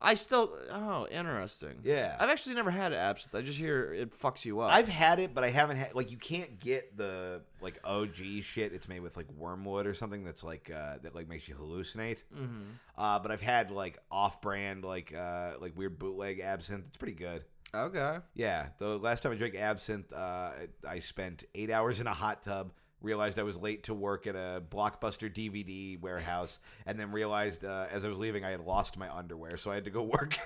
Speaker 2: I still. Oh, interesting.
Speaker 1: Yeah.
Speaker 2: I've actually never had absinthe. I just hear it fucks you up.
Speaker 1: I've had it, but I haven't had like you can't get the like OG shit. It's made with like wormwood or something that's like uh, that like makes you hallucinate.
Speaker 2: hmm
Speaker 1: Uh, but I've had like off-brand like uh, like weird bootleg absinthe. It's pretty good.
Speaker 2: Okay.
Speaker 1: Yeah, the last time I drank absinthe, uh, I- I spent eight hours in a hot tub. Realized I was late to work at a blockbuster DVD warehouse, and then realized uh, as I was leaving I had lost my underwear, so I had to go [LAUGHS] work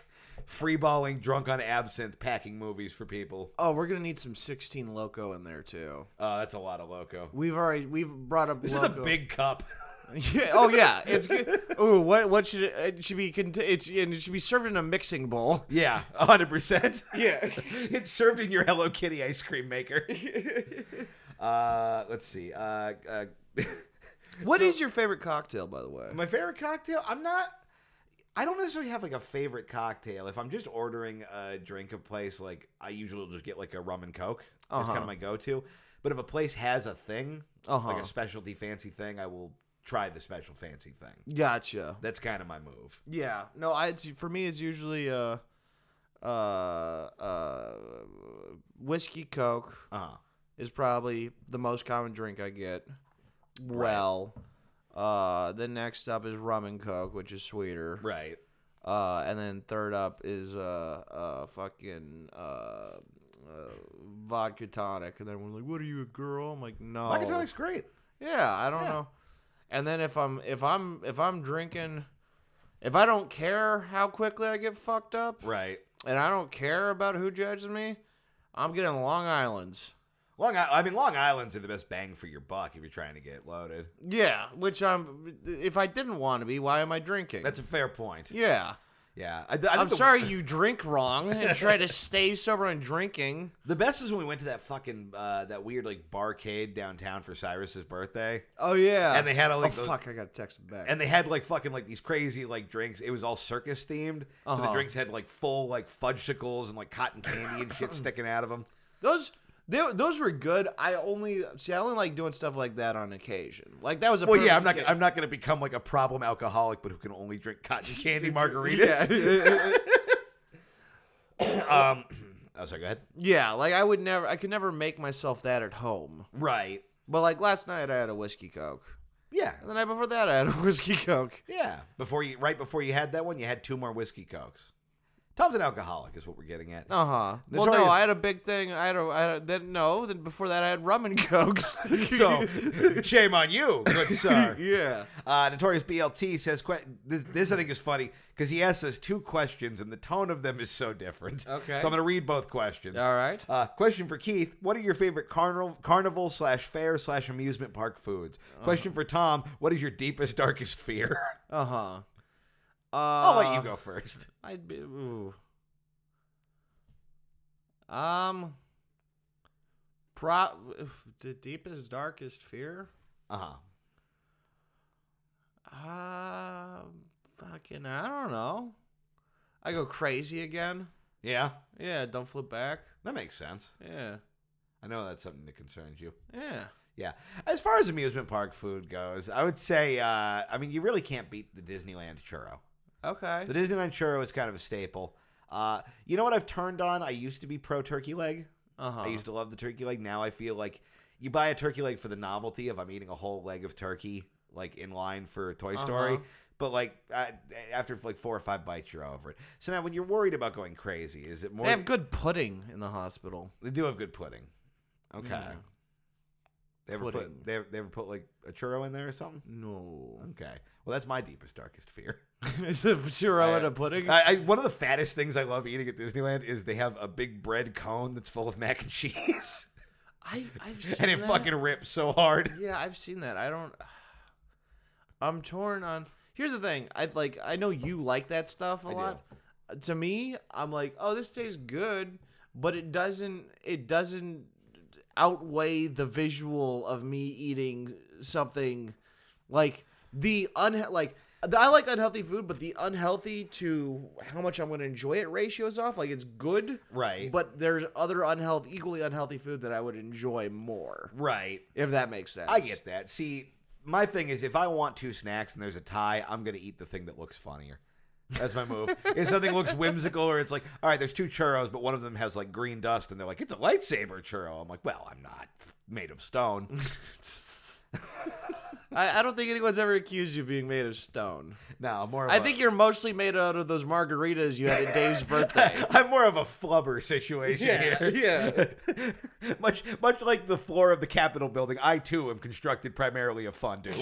Speaker 1: freeballing, drunk on absinthe, packing movies for people.
Speaker 2: Oh, we're gonna need some sixteen loco in there too.
Speaker 1: Oh, that's a lot of loco.
Speaker 2: We've already we've brought up.
Speaker 1: This is
Speaker 2: Loco.
Speaker 1: a big cup.
Speaker 2: [LAUGHS]
Speaker 1: [LAUGHS]
Speaker 2: Yeah, oh [LAUGHS] yeah, it's good. Ooh, what what should it, it should be? Cont- it, should- and it should be served in a mixing bowl.
Speaker 1: Yeah, hundred percent.
Speaker 2: [LAUGHS] Yeah.
Speaker 1: [LAUGHS] it's served in your Hello Kitty ice cream
Speaker 2: [LAUGHS]
Speaker 1: maker. Uh, let's see. Uh, uh,
Speaker 2: [LAUGHS]
Speaker 1: [LAUGHS]
Speaker 2: What is your favorite cocktail, by the way?
Speaker 1: my favorite cocktail. I'm not. I don't necessarily have like a favorite cocktail. If I'm just ordering a drink a place, like I usually will just get like a rum and coke. That's
Speaker 2: Uh-huh.
Speaker 1: kind of my go-to. But if a place has a thing, like
Speaker 2: Uh-huh.
Speaker 1: a specialty fancy thing, I will try the special fancy thing.
Speaker 2: Gotcha.
Speaker 1: That's kind of my move.
Speaker 2: Yeah. No, I it's, for me it's usually uh, uh, uh, whiskey coke
Speaker 1: Uh huh.
Speaker 2: is probably the most common drink I get. Well, uh, the next up is rum and coke, which is sweeter.
Speaker 1: Right.
Speaker 2: Uh, and then third up is uh, uh, fucking uh, uh, vodka tonic. And then we're like, "What are you a girl?" I'm like, "No."
Speaker 1: Vodka tonic's great.
Speaker 2: Yeah, I don't
Speaker 1: Yeah.
Speaker 2: know. And then if I'm if I'm if I'm drinking, if I don't care how quickly I get fucked up,
Speaker 1: Right.
Speaker 2: and I don't care about who judges me, I'm getting Long Island's.
Speaker 1: Long I-, I mean, Long Island's are the best bang for your buck if you're trying to get loaded.
Speaker 2: Yeah, which I'm. If I didn't want to be, why am I drinking?
Speaker 1: That's a fair point.
Speaker 2: yeah.
Speaker 1: Yeah, I, I think
Speaker 2: I'm
Speaker 1: the-
Speaker 2: sorry you drink wrong and
Speaker 1: [LAUGHS]
Speaker 2: try to stay sober on drinking.
Speaker 1: The best is when we went to that fucking uh, that weird like barcade downtown for Cyrus's birthday,
Speaker 2: Oh yeah.
Speaker 1: and they had all like
Speaker 2: oh
Speaker 1: those-
Speaker 2: fuck, I got text back.
Speaker 1: and they had like fucking like these crazy like drinks. It was all circus themed, so the
Speaker 2: Uh-huh.
Speaker 1: drinks had like full like fudgesicles and like cotton candy and [LAUGHS] shit sticking out of them.
Speaker 2: those they, those were good. I only see. I only like doing stuff like that on occasion. Like that was a.
Speaker 1: Well, yeah, I'm not
Speaker 2: perfect
Speaker 1: I'm not gonna become like a problem alcoholic, but who can only drink cotton [LAUGHS] candy margaritas.
Speaker 2: Yeah.
Speaker 1: [LAUGHS] [COUGHS] um, oh, sorry, go ahead.
Speaker 2: yeah, like I would never I could never make myself that at home.
Speaker 1: Right.
Speaker 2: But like last night I had a whiskey coke.
Speaker 1: Yeah.
Speaker 2: And the night before that I had a [LAUGHS] whiskey coke.
Speaker 1: Yeah. Before you, right before you had that one, you had two more whiskey cokes. Tom's an alcoholic, is what we're getting at. [LAUGHS]
Speaker 2: Uh-huh. Well no,
Speaker 1: Notorious-
Speaker 2: I had a big thing. I had a, I had a then no, then before that I had rum and [LAUGHS] cokes.
Speaker 1: [LAUGHS] So, shame on you, good sir.
Speaker 2: [LAUGHS] yeah.
Speaker 1: Uh, Notorious BLT says, que- this, this I think is funny because he asks us two questions and the tone of them is so different.
Speaker 2: Okay.
Speaker 1: So I'm going to read both questions.
Speaker 2: All right.
Speaker 1: Uh, question for Keith What are your favorite carnival, carnival slash fair slash amusement park foods?
Speaker 2: Uh.
Speaker 1: Question for Tom What is your deepest, darkest
Speaker 2: [LAUGHS]
Speaker 1: fear?
Speaker 2: Uh-huh. Uh
Speaker 1: I'll let you go first.
Speaker 2: I'd be ooh. Um pro the deepest darkest fear?
Speaker 1: Uh huh.
Speaker 2: Uh, fucking, I don't know. I go crazy again.
Speaker 1: Yeah,
Speaker 2: Yeah, don't flip back.
Speaker 1: that makes sense.
Speaker 2: Yeah,
Speaker 1: I know that's something that concerns you.
Speaker 2: yeah.
Speaker 1: Yeah. As far as amusement park food goes, I would say, uh, I mean, you really can't beat the Disneyland churro.
Speaker 2: Okay.
Speaker 1: The Disneyland churro is kind of a staple. Uh, you know what I've turned on? I used to be pro turkey leg.
Speaker 2: Uh huh.
Speaker 1: I used to love the turkey leg. Now I feel like you buy a turkey leg for the novelty of I'm eating a whole leg of turkey, like in line for Toy Story.
Speaker 2: Uh-huh.
Speaker 1: But like I, after like four or five bites, you're over it. So now when you're worried about going crazy, is it more?
Speaker 2: They have good pudding in the hospital.
Speaker 1: They do have good pudding. Okay.
Speaker 2: Yeah.
Speaker 1: They ever
Speaker 2: Mm. Pudding.
Speaker 1: put they, they ever put like a churro in there or something?
Speaker 2: No. [LAUGHS]
Speaker 1: Okay. Well, that's my deepest darkest fear.
Speaker 2: Is it churro and a pudding?
Speaker 1: I, I, one of the fattest things I love eating at Disneyland is they have a big bread cone that's full of mac and cheese, [LAUGHS]
Speaker 2: I, I've seen
Speaker 1: and it
Speaker 2: that.
Speaker 1: fucking rips so hard.
Speaker 2: [LAUGHS] Yeah, I've seen that. I don't. [SIGHS] I'm torn on. Here's the thing. I like. I know you like that stuff a
Speaker 1: do.
Speaker 2: lot. to me, I'm like, oh, this tastes good, but it doesn't it doesn't outweigh the visual of me eating something like the unhe like the- I like unhealthy food, but the unhealthy to how much I'm going to enjoy it ratio is off. Like it's good,
Speaker 1: Right.
Speaker 2: But there's other unhealthy, equally unhealthy food that I would enjoy more,
Speaker 1: Right.
Speaker 2: if that makes sense.
Speaker 1: I get that. See, my thing is if I want two snacks and there's a tie, I'm going to eat the thing that looks funnier. That's my
Speaker 2: [LAUGHS]
Speaker 1: move. if something looks whimsical or it's like, all right, there's two churros, but one of them has like green dust and they're like, it's a lightsaber churro. I'm like, well, I'm not made of
Speaker 2: [LAUGHS]
Speaker 1: stone.
Speaker 2: I, I don't think anyone's ever accused you of being made of stone.
Speaker 1: no, I'm more of
Speaker 2: I
Speaker 1: a-
Speaker 2: think you're mostly made out of those margaritas you had at [LAUGHS] Dave's birthday.
Speaker 1: [LAUGHS] I'm more of a flubber situation here.
Speaker 2: yeah.
Speaker 1: [LAUGHS] much much like the floor of the Capitol building, I too am constructed primarily of [LAUGHS] fondue.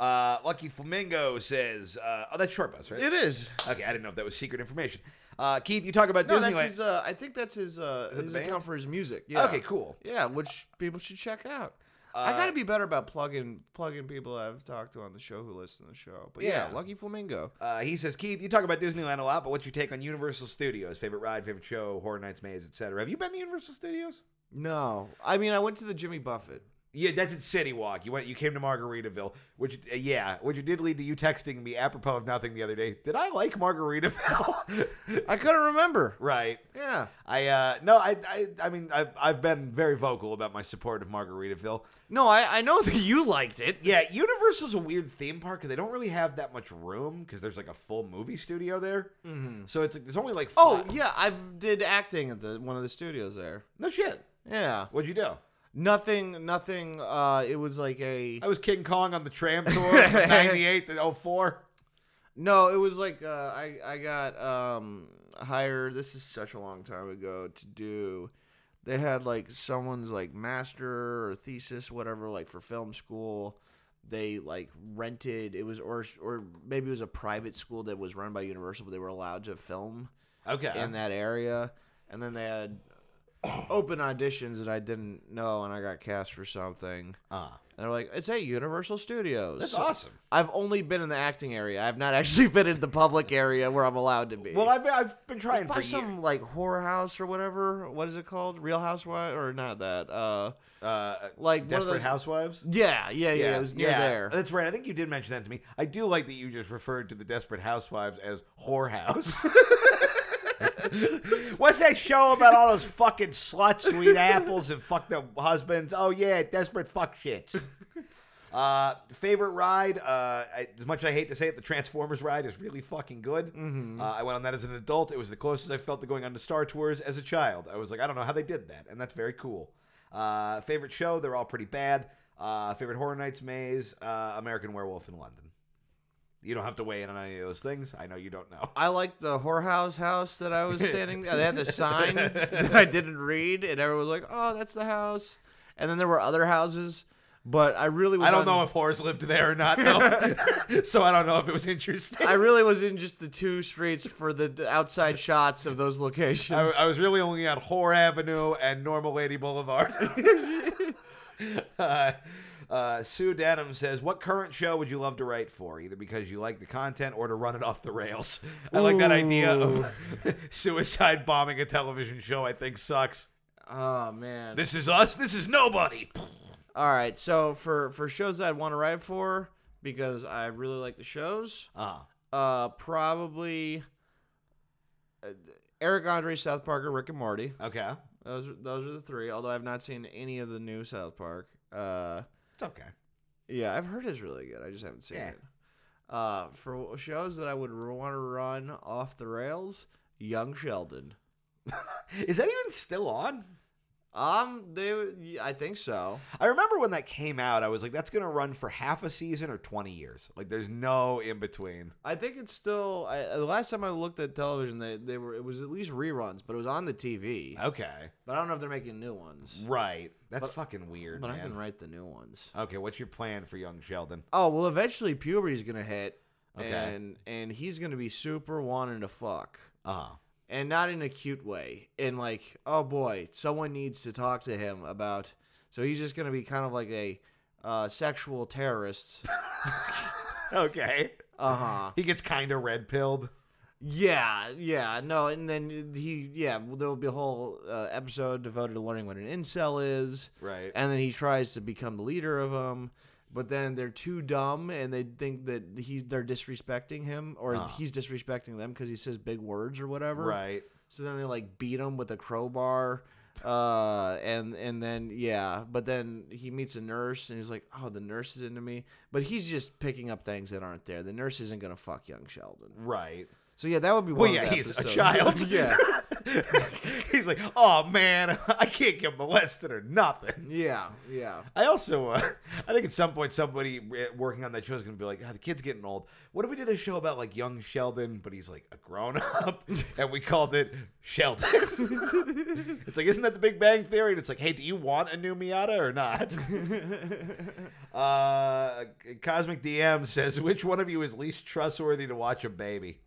Speaker 1: Uh, Lucky Flamingo says, uh, "Oh, that's short bus, right?
Speaker 2: [LAUGHS] It is.
Speaker 1: Okay, I didn't know if that was secret information." Uh, Keith, you talk about
Speaker 2: No, that's
Speaker 1: Disneyland.
Speaker 2: his. Uh, I think that's his. Uh,
Speaker 1: it
Speaker 2: his
Speaker 1: the band?
Speaker 2: account for his music. Yeah.
Speaker 1: Okay, cool.
Speaker 2: Yeah, which people should check out. I gotta be better about plugging plugging people I've talked to on the show who listen to the show. But yeah,
Speaker 1: Yeah.
Speaker 2: Lucky Flamingo.
Speaker 1: Uh, he says, "Keith, you talk about Disneyland a lot, but what's your take on Universal Studios? Favorite ride, favorite show, Horror Nights, Maze, etc. Have you been to Universal Studios?
Speaker 2: No, I mean I went to the Jimmy Buffett.
Speaker 1: Yeah, that's at City Walk. You went. You came to Margaritaville, which uh, yeah, which did lead to you texting me apropos of nothing the other day. Did I like Margaritaville? [LAUGHS]
Speaker 2: I couldn't remember.
Speaker 1: right.
Speaker 2: Yeah.
Speaker 1: I uh no I I, I mean I've, I've been very vocal about my support of Margaritaville.
Speaker 2: No, I, I know [LAUGHS] that you liked it.
Speaker 1: Yeah, Universal's a weird theme park because they don't really have that much room because there's like a full movie studio there. Mm-hmm. So it's like there's only like
Speaker 2: Oh
Speaker 1: five-
Speaker 2: yeah, I did acting at the one of the studios there.
Speaker 1: no shit.
Speaker 2: Yeah.
Speaker 1: What'd you do?
Speaker 2: Nothing. Nothing. Uh, it was like a.
Speaker 1: I was King Kong on the tram [LAUGHS] tour from '98 to 04.
Speaker 2: No, it was like uh, I I got um hired. This is such a long time ago to do. They had like someone's like master or thesis, whatever, like for film school. They like rented it was or or maybe it was a private school that was run by Universal, but they were allowed to film
Speaker 1: Okay.
Speaker 2: in that area. And then they had open auditions that I didn't know, and I got cast for something.
Speaker 1: Ah,
Speaker 2: And they're like, it's at Universal Studios.
Speaker 1: that's
Speaker 2: So-
Speaker 1: awesome.
Speaker 2: I've only been in the acting area. I've not actually [LAUGHS] been in the public area where I'm allowed to be.
Speaker 1: Well, I've been, I've been trying
Speaker 2: It's
Speaker 1: for
Speaker 2: by
Speaker 1: years.
Speaker 2: some like horror house or whatever. What is it called? Real Housewife or not that? Uh,
Speaker 1: uh,
Speaker 2: like one of
Speaker 1: Desperate
Speaker 2: those-
Speaker 1: Housewives.
Speaker 2: yeah, yeah, yeah, It was near
Speaker 1: yeah,
Speaker 2: there.
Speaker 1: That's right. I think you did mention that to me. I do like that you just referred to the Desperate Housewives as
Speaker 2: [LAUGHS]
Speaker 1: whorehouse. What's that show about all those fucking sluts who eat apples and fuck their husbands? Oh yeah, desperate fuck shits. Uh, favorite ride? Uh, I, as much as I hate to say it, the Transformers ride is really fucking good. Uh, I went on that as an adult. It was the closest I felt to going on to Star Tours as a child. I was like, I don't know how they did that, and that's very cool. Uh, favorite show? They're all pretty bad. Uh, favorite Horror Nights Maze? Uh, American Werewolf in London. You don't have to weigh in on any of those things. I know you don't know. [LAUGHS]
Speaker 2: I liked the whorehouse house that I was standing. they had
Speaker 1: [LAUGHS]
Speaker 2: the sign that I didn't read, and everyone was like, "Oh, that's the house." And then there were other houses, but I really was.
Speaker 1: I don't
Speaker 2: on-
Speaker 1: know if whores lived there or not, though. [LAUGHS] so I don't know if it was interesting.
Speaker 2: I
Speaker 1: I,
Speaker 2: really was in just the two streets for the outside shots of those locations.
Speaker 1: I was really only on Whore Avenue and Normal Lady Boulevard. [LAUGHS] uh, uh, Sue Denham says, "What current show would you love to write for? Either because you like the content or to run it off the rails." I like that idea of [LAUGHS] suicide bombing a television show. I think sucks.
Speaker 2: oh man.
Speaker 1: This is us. This is nobody.
Speaker 2: All right, so for for shows I'd want to write for because I really like the shows,
Speaker 1: Uh,
Speaker 2: uh, probably uh, Eric Andre, South Park, or Rick and Morty.
Speaker 1: okay,
Speaker 2: Those are, those are the three. Although I've not seen any of the new South Park. Uh,
Speaker 1: it's okay.
Speaker 2: yeah, I've heard it's really good. I just haven't seen
Speaker 1: Yeah.
Speaker 2: it. Uh, for shows that I would want to run off the rails, Young Sheldon.
Speaker 1: Is that even still on?
Speaker 2: Um, they, I think so.
Speaker 1: I remember when that came out, I was like, that's going to run for half a season or 20 years. Like, there's no in between.
Speaker 2: I think it's still. I, uh, the last time I looked at television, they, they were it was at least reruns, but it was on the TV.
Speaker 1: Okay.
Speaker 2: But I don't know if they're making new ones.
Speaker 1: Right. That's fucking weird,
Speaker 2: But I
Speaker 1: man.
Speaker 2: can write the new ones.
Speaker 1: okay, what's your plan for young Sheldon?
Speaker 2: Oh well, eventually puberty's gonna hit,
Speaker 1: Okay.
Speaker 2: and and he's gonna be super wanting to fuck,
Speaker 1: Uh huh.
Speaker 2: and not in a cute way, and like oh boy, someone needs to talk to him about. So he's just gonna be kind of like a uh,
Speaker 1: [LAUGHS]
Speaker 2: sexual terrorist.
Speaker 1: Okay.
Speaker 2: Uh huh.
Speaker 1: [LAUGHS] He gets kind of red pilled.
Speaker 2: Yeah, yeah, no, and then he, yeah, well, there will be a whole uh, episode devoted to learning what an incel is,
Speaker 1: Right.
Speaker 2: And then he tries to become the leader of them, but then they're too dumb and they think that he's they're disrespecting him or he's disrespecting them because he says big words or whatever,
Speaker 1: Uh-huh. Right.
Speaker 2: So then they like beat him with a crowbar, uh, and and then yeah, but then he meets a nurse and he's like, oh, the nurse is into me, but he's just picking up things that aren't there. The nurse isn't gonna fuck young Sheldon.
Speaker 1: Right.
Speaker 2: So yeah, that would be.
Speaker 1: Well,
Speaker 2: One of
Speaker 1: yeah,
Speaker 2: the
Speaker 1: he's
Speaker 2: episodes.
Speaker 1: a child.
Speaker 2: [LAUGHS] yeah,
Speaker 1: [LAUGHS] he's like, oh man, [LAUGHS] I can't get molested or nothing.
Speaker 2: yeah, yeah.
Speaker 1: [LAUGHS] I also, uh, I think at some point somebody uh, working on that show is going to be like, ah, the kid's getting old. What if we did a show about like young Sheldon, but he's like a grown up, [LAUGHS] and we called it Sheldon? [LAUGHS] it's like, isn't that the Big Bang Theory? And it's like, hey, do you want a new Miata or not? uh, Cosmic DM says, which one of you is least trustworthy to watch a baby?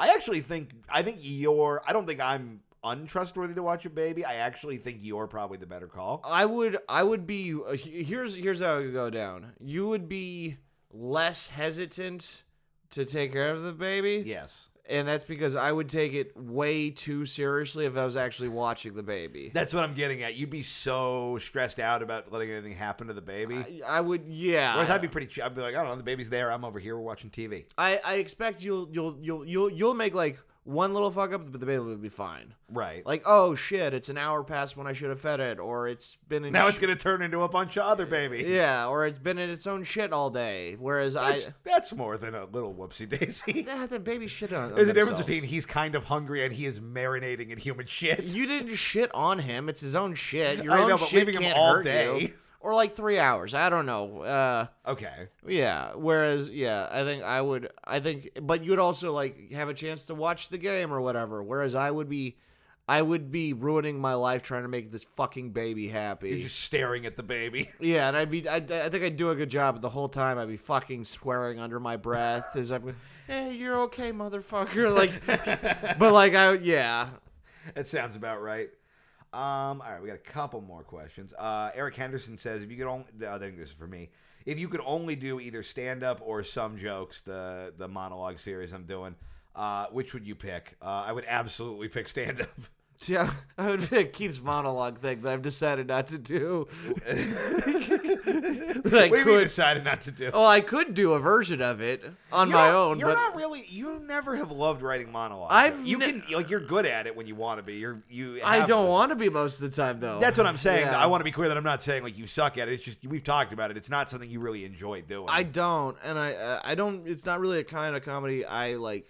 Speaker 1: I actually think I think you're. I don't think I'm untrustworthy to watch a baby. I actually think you're probably the better call.
Speaker 2: I would, I would be. Uh, he- here's here's how it would go down. You would be less hesitant to take care of the baby,
Speaker 1: Yes.
Speaker 2: and that's because I would take it way too seriously if I was actually watching the baby.
Speaker 1: That's what I'm getting at. You'd be so stressed out about letting anything happen to the baby.
Speaker 2: I, I would, yeah.
Speaker 1: Whereas I'd be pretty. ch- I'd be like, I don't know, the baby's there. I'm over here. We're watching TV.
Speaker 2: I, I expect you'll you'll you'll you'll you'll make like one little fuck up, but the baby will be fine.
Speaker 1: Right.
Speaker 2: Like, oh shit, it's an hour past when I should have fed it, or it's been in
Speaker 1: now
Speaker 2: sh-
Speaker 1: it's gonna turn into a bunch of other babies.
Speaker 2: yeah, or it's been in its own shit all day. Whereas
Speaker 1: That's,
Speaker 2: I.
Speaker 1: that's more than a little whoopsie daisy.
Speaker 2: Nah, the baby shit on.
Speaker 1: [LAUGHS]
Speaker 2: on
Speaker 1: There's a difference
Speaker 2: themselves.
Speaker 1: between he's kind of hungry and he is marinating in human shit.
Speaker 2: You didn't shit on him. It's his
Speaker 1: [LAUGHS]
Speaker 2: own shit. Your
Speaker 1: I
Speaker 2: own
Speaker 1: know, but
Speaker 2: shit
Speaker 1: leaving him
Speaker 2: can't
Speaker 1: all
Speaker 2: hurt
Speaker 1: day.
Speaker 2: you. Or like three hours. I don't know. Uh,
Speaker 1: Okay.
Speaker 2: yeah. Whereas, yeah, I think I would. I think, but you'd also like have a chance to watch the game or whatever. Whereas I would be, I would be ruining my life trying to make this fucking baby
Speaker 1: You're
Speaker 2: happy.
Speaker 1: staring at the baby.
Speaker 2: Yeah, and I'd be. I, I think I'd do a good job, but the whole time I'd be fucking swearing under my breath as I'm. [LAUGHS] Hey, you're okay, motherfucker. Like, but like I, yeah.
Speaker 1: That sounds about right. Um, all right, we got a couple more questions. Uh, Eric Henderson says, "If you could only, I think this is for me. If you could only do either stand up or some jokes, the the monologue series I'm doing, uh, which would you pick? Uh, I would absolutely pick stand up.
Speaker 2: Yeah, I would pick Keith's monologue thing that I've decided not to do. [LAUGHS] that I
Speaker 1: What have you
Speaker 2: could.
Speaker 1: decided not to do?
Speaker 2: Oh, I could do a version of it on
Speaker 1: You're
Speaker 2: my
Speaker 1: not-
Speaker 2: own,
Speaker 1: You're
Speaker 2: but
Speaker 1: not really. You never have loved writing monologues.
Speaker 2: I've
Speaker 1: you
Speaker 2: ne-
Speaker 1: can like you're good at it when you want to be. You're you.
Speaker 2: I
Speaker 1: have
Speaker 2: don't
Speaker 1: this.
Speaker 2: want to be most of the time, though.
Speaker 1: That's what I'm saying.
Speaker 2: Yeah.
Speaker 1: I want to be clear that I'm not saying like you suck at it. It's just we've talked about it. It's not something you really enjoy doing.
Speaker 2: I don't, and I, uh, I don't. It's not really a kind of comedy I like.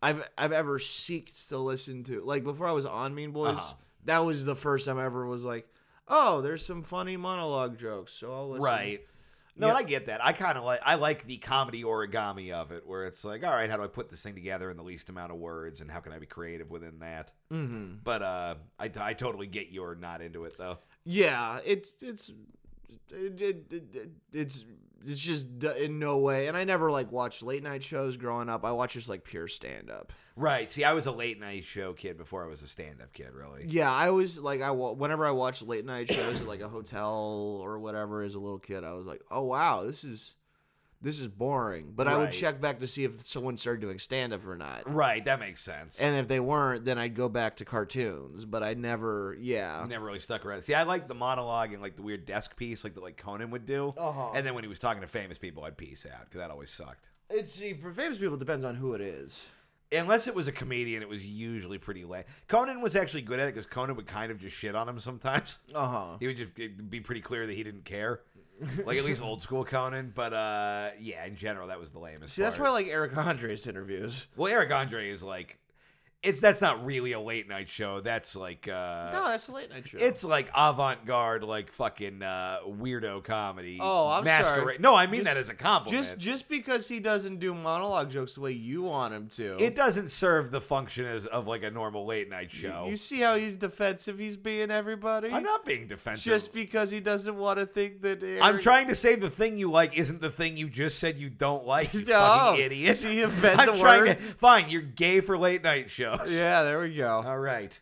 Speaker 2: I've, I've ever seeked to listen to. Like before I was on Mean Boys,
Speaker 1: Uh-huh.
Speaker 2: that was the first time I ever was like, oh, there's some funny monologue jokes, so I'll listen.
Speaker 1: Right. No,
Speaker 2: Yeah.
Speaker 1: and I get that. I kind of like I like the comedy origami of it, where it's like, all right, how do I put this thing together in the least amount of words, and how can I be creative within that?
Speaker 2: Mm-hmm.
Speaker 1: But uh, I, I totally get you're not into it though.
Speaker 2: Yeah, it's it's it, it, it, it's it's just d- in no way. And I never like watched late night shows growing up. I watched just like pure stand up.
Speaker 1: Right. See, I was a late night show kid before I was a stand up kid. Really.
Speaker 2: Yeah, I was like I wa- whenever I watched late night shows at like a hotel or whatever as a little kid, I was like, "Oh wow, this is this is boring." But I would
Speaker 1: Right.
Speaker 2: check back to see if someone started doing stand up or not.
Speaker 1: Right. That makes sense.
Speaker 2: And if they weren't, then I'd go back to cartoons, but I never, yeah.
Speaker 1: I never really stuck around. See, I like the monologue and like the weird desk piece, like that like Conan would do.
Speaker 2: Uh-huh.
Speaker 1: And then when he was talking to famous people, I'd peace out because that always sucked.
Speaker 2: It's see, for famous people it depends on who it is.
Speaker 1: unless it was a comedian, it was usually pretty lame. Conan was actually good at it because Conan would kind of just shit on him sometimes. [LAUGHS]
Speaker 2: Uh-huh.
Speaker 1: He would just it'd be pretty clear that he didn't care, like at least old school Conan. But uh, yeah, in general, that was the lamest.
Speaker 2: See, that's why I
Speaker 1: part.
Speaker 2: like Eric Andre's interviews.
Speaker 1: Well, Eric Andre is like, it's that's not really a late night show. That's like uh,
Speaker 2: No, that's a late night show.
Speaker 1: It's like avant-garde, like fucking uh, weirdo comedy.
Speaker 2: Oh, I'm sorry.
Speaker 1: No, I mean
Speaker 2: Just-
Speaker 1: that as a compliment.
Speaker 2: just just because he doesn't do monologue jokes the way you want him to.
Speaker 1: it doesn't serve the function as of like a normal late night show.
Speaker 2: you see how he's defensive he's being everybody.
Speaker 1: I'm not being defensive.
Speaker 2: just because he doesn't want to think that Eric,
Speaker 1: I'm trying to say the thing you like isn't the thing you just said you don't like.
Speaker 2: [LAUGHS]
Speaker 1: You
Speaker 2: No.
Speaker 1: fucking idiot. [LAUGHS]
Speaker 2: See, you bent
Speaker 1: I'm
Speaker 2: the
Speaker 1: trying to.
Speaker 2: words.
Speaker 1: [LAUGHS] Fine, you're gay for late night shows.
Speaker 2: [LAUGHS] Yeah, there we go.
Speaker 1: All right.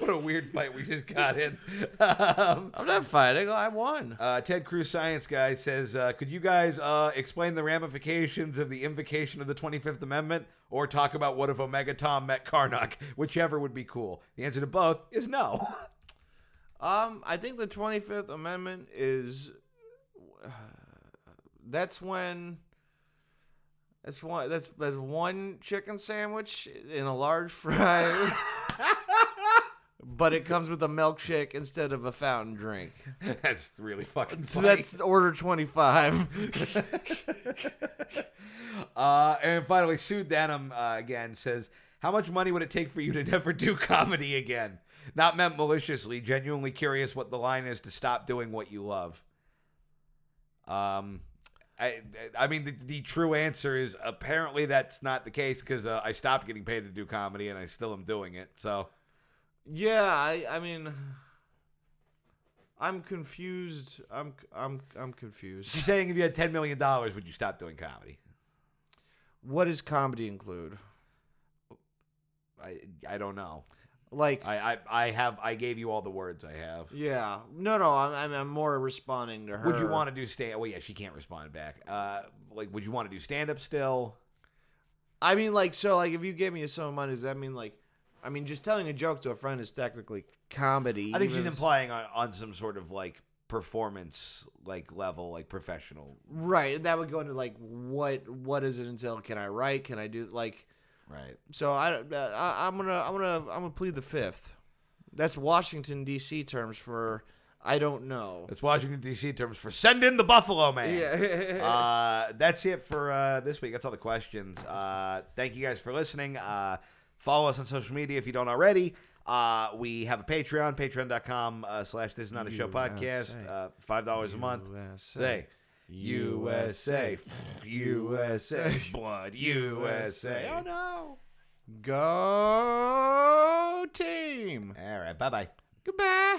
Speaker 1: what a weird fight we just got in. Um,
Speaker 2: I'm not fighting. I won.
Speaker 1: uh, Ted Cruz Science Guy says, uh, could you guys uh, explain the ramifications of the invocation of the 25th Amendment or talk about what if Omega Tom met Karnak? Whichever would be cool. The answer to both is no. [LAUGHS]
Speaker 2: Um, I think the 25th Amendment is. uh, that's when. That's one. That's that's one chicken sandwich in a large [LAUGHS] fry. but it comes with a milkshake instead of a fountain drink.
Speaker 1: That's really fucking
Speaker 2: So
Speaker 1: funny.
Speaker 2: that's order 25.
Speaker 1: Uh, and finally, Sue Denham uh, again says, "How much money would it take for you to [LAUGHS] never do comedy again?" Not meant maliciously. Genuinely curious what the line is to stop doing what you love. Um, I, I mean, the, the true answer is apparently that's not the case because uh, I stopped getting paid to do comedy and I still am doing it. So
Speaker 2: yeah, I I mean I'm confused. I'm I'm I'm
Speaker 1: she's
Speaker 2: confused. [LAUGHS]
Speaker 1: saying if you had ten million dollars, would you stop doing comedy?
Speaker 2: What does comedy include?
Speaker 1: I, I don't know.
Speaker 2: Like
Speaker 1: I, I, I have I gave you all the words I have.
Speaker 2: Yeah. No, no. I'm, I'm, I'm more responding to her.
Speaker 1: Would you want to do stand? Well, yeah, she can't respond back. Uh, like, would you want to do stand up still?
Speaker 2: I mean, like, so, like, if you gave me a sum of money, does that mean, like, I mean, just telling a joke to a friend is technically comedy.
Speaker 1: I think
Speaker 2: even
Speaker 1: she's
Speaker 2: s-
Speaker 1: implying on, on some sort of like performance like level, like professional,
Speaker 2: Right. and That would go into like, what, what does it entail? Can I write? Can I do like?
Speaker 1: right?
Speaker 2: So I, uh, I I'm gonna, I'm gonna, I'm gonna plead the fifth. That's Washington D.C. terms for I don't know.
Speaker 1: That's Washington D.C. terms for send in the Buffalo Man.
Speaker 2: [LAUGHS] Yeah.
Speaker 1: [LAUGHS] uh, that's it for uh, this week. That's all the questions. Uh, thank you guys for listening. Uh, follow us on social media if you don't already. Uh, we have a Patreon, patreon.com uh, slash this is not a show podcast.
Speaker 2: USA.
Speaker 1: Uh, $5 a month.
Speaker 2: USA.
Speaker 1: Say USA.
Speaker 2: USA.
Speaker 1: USA. Blood. USA.
Speaker 2: USA.
Speaker 1: Oh, no.
Speaker 2: Go team.
Speaker 1: All right. Bye bye.
Speaker 2: Goodbye.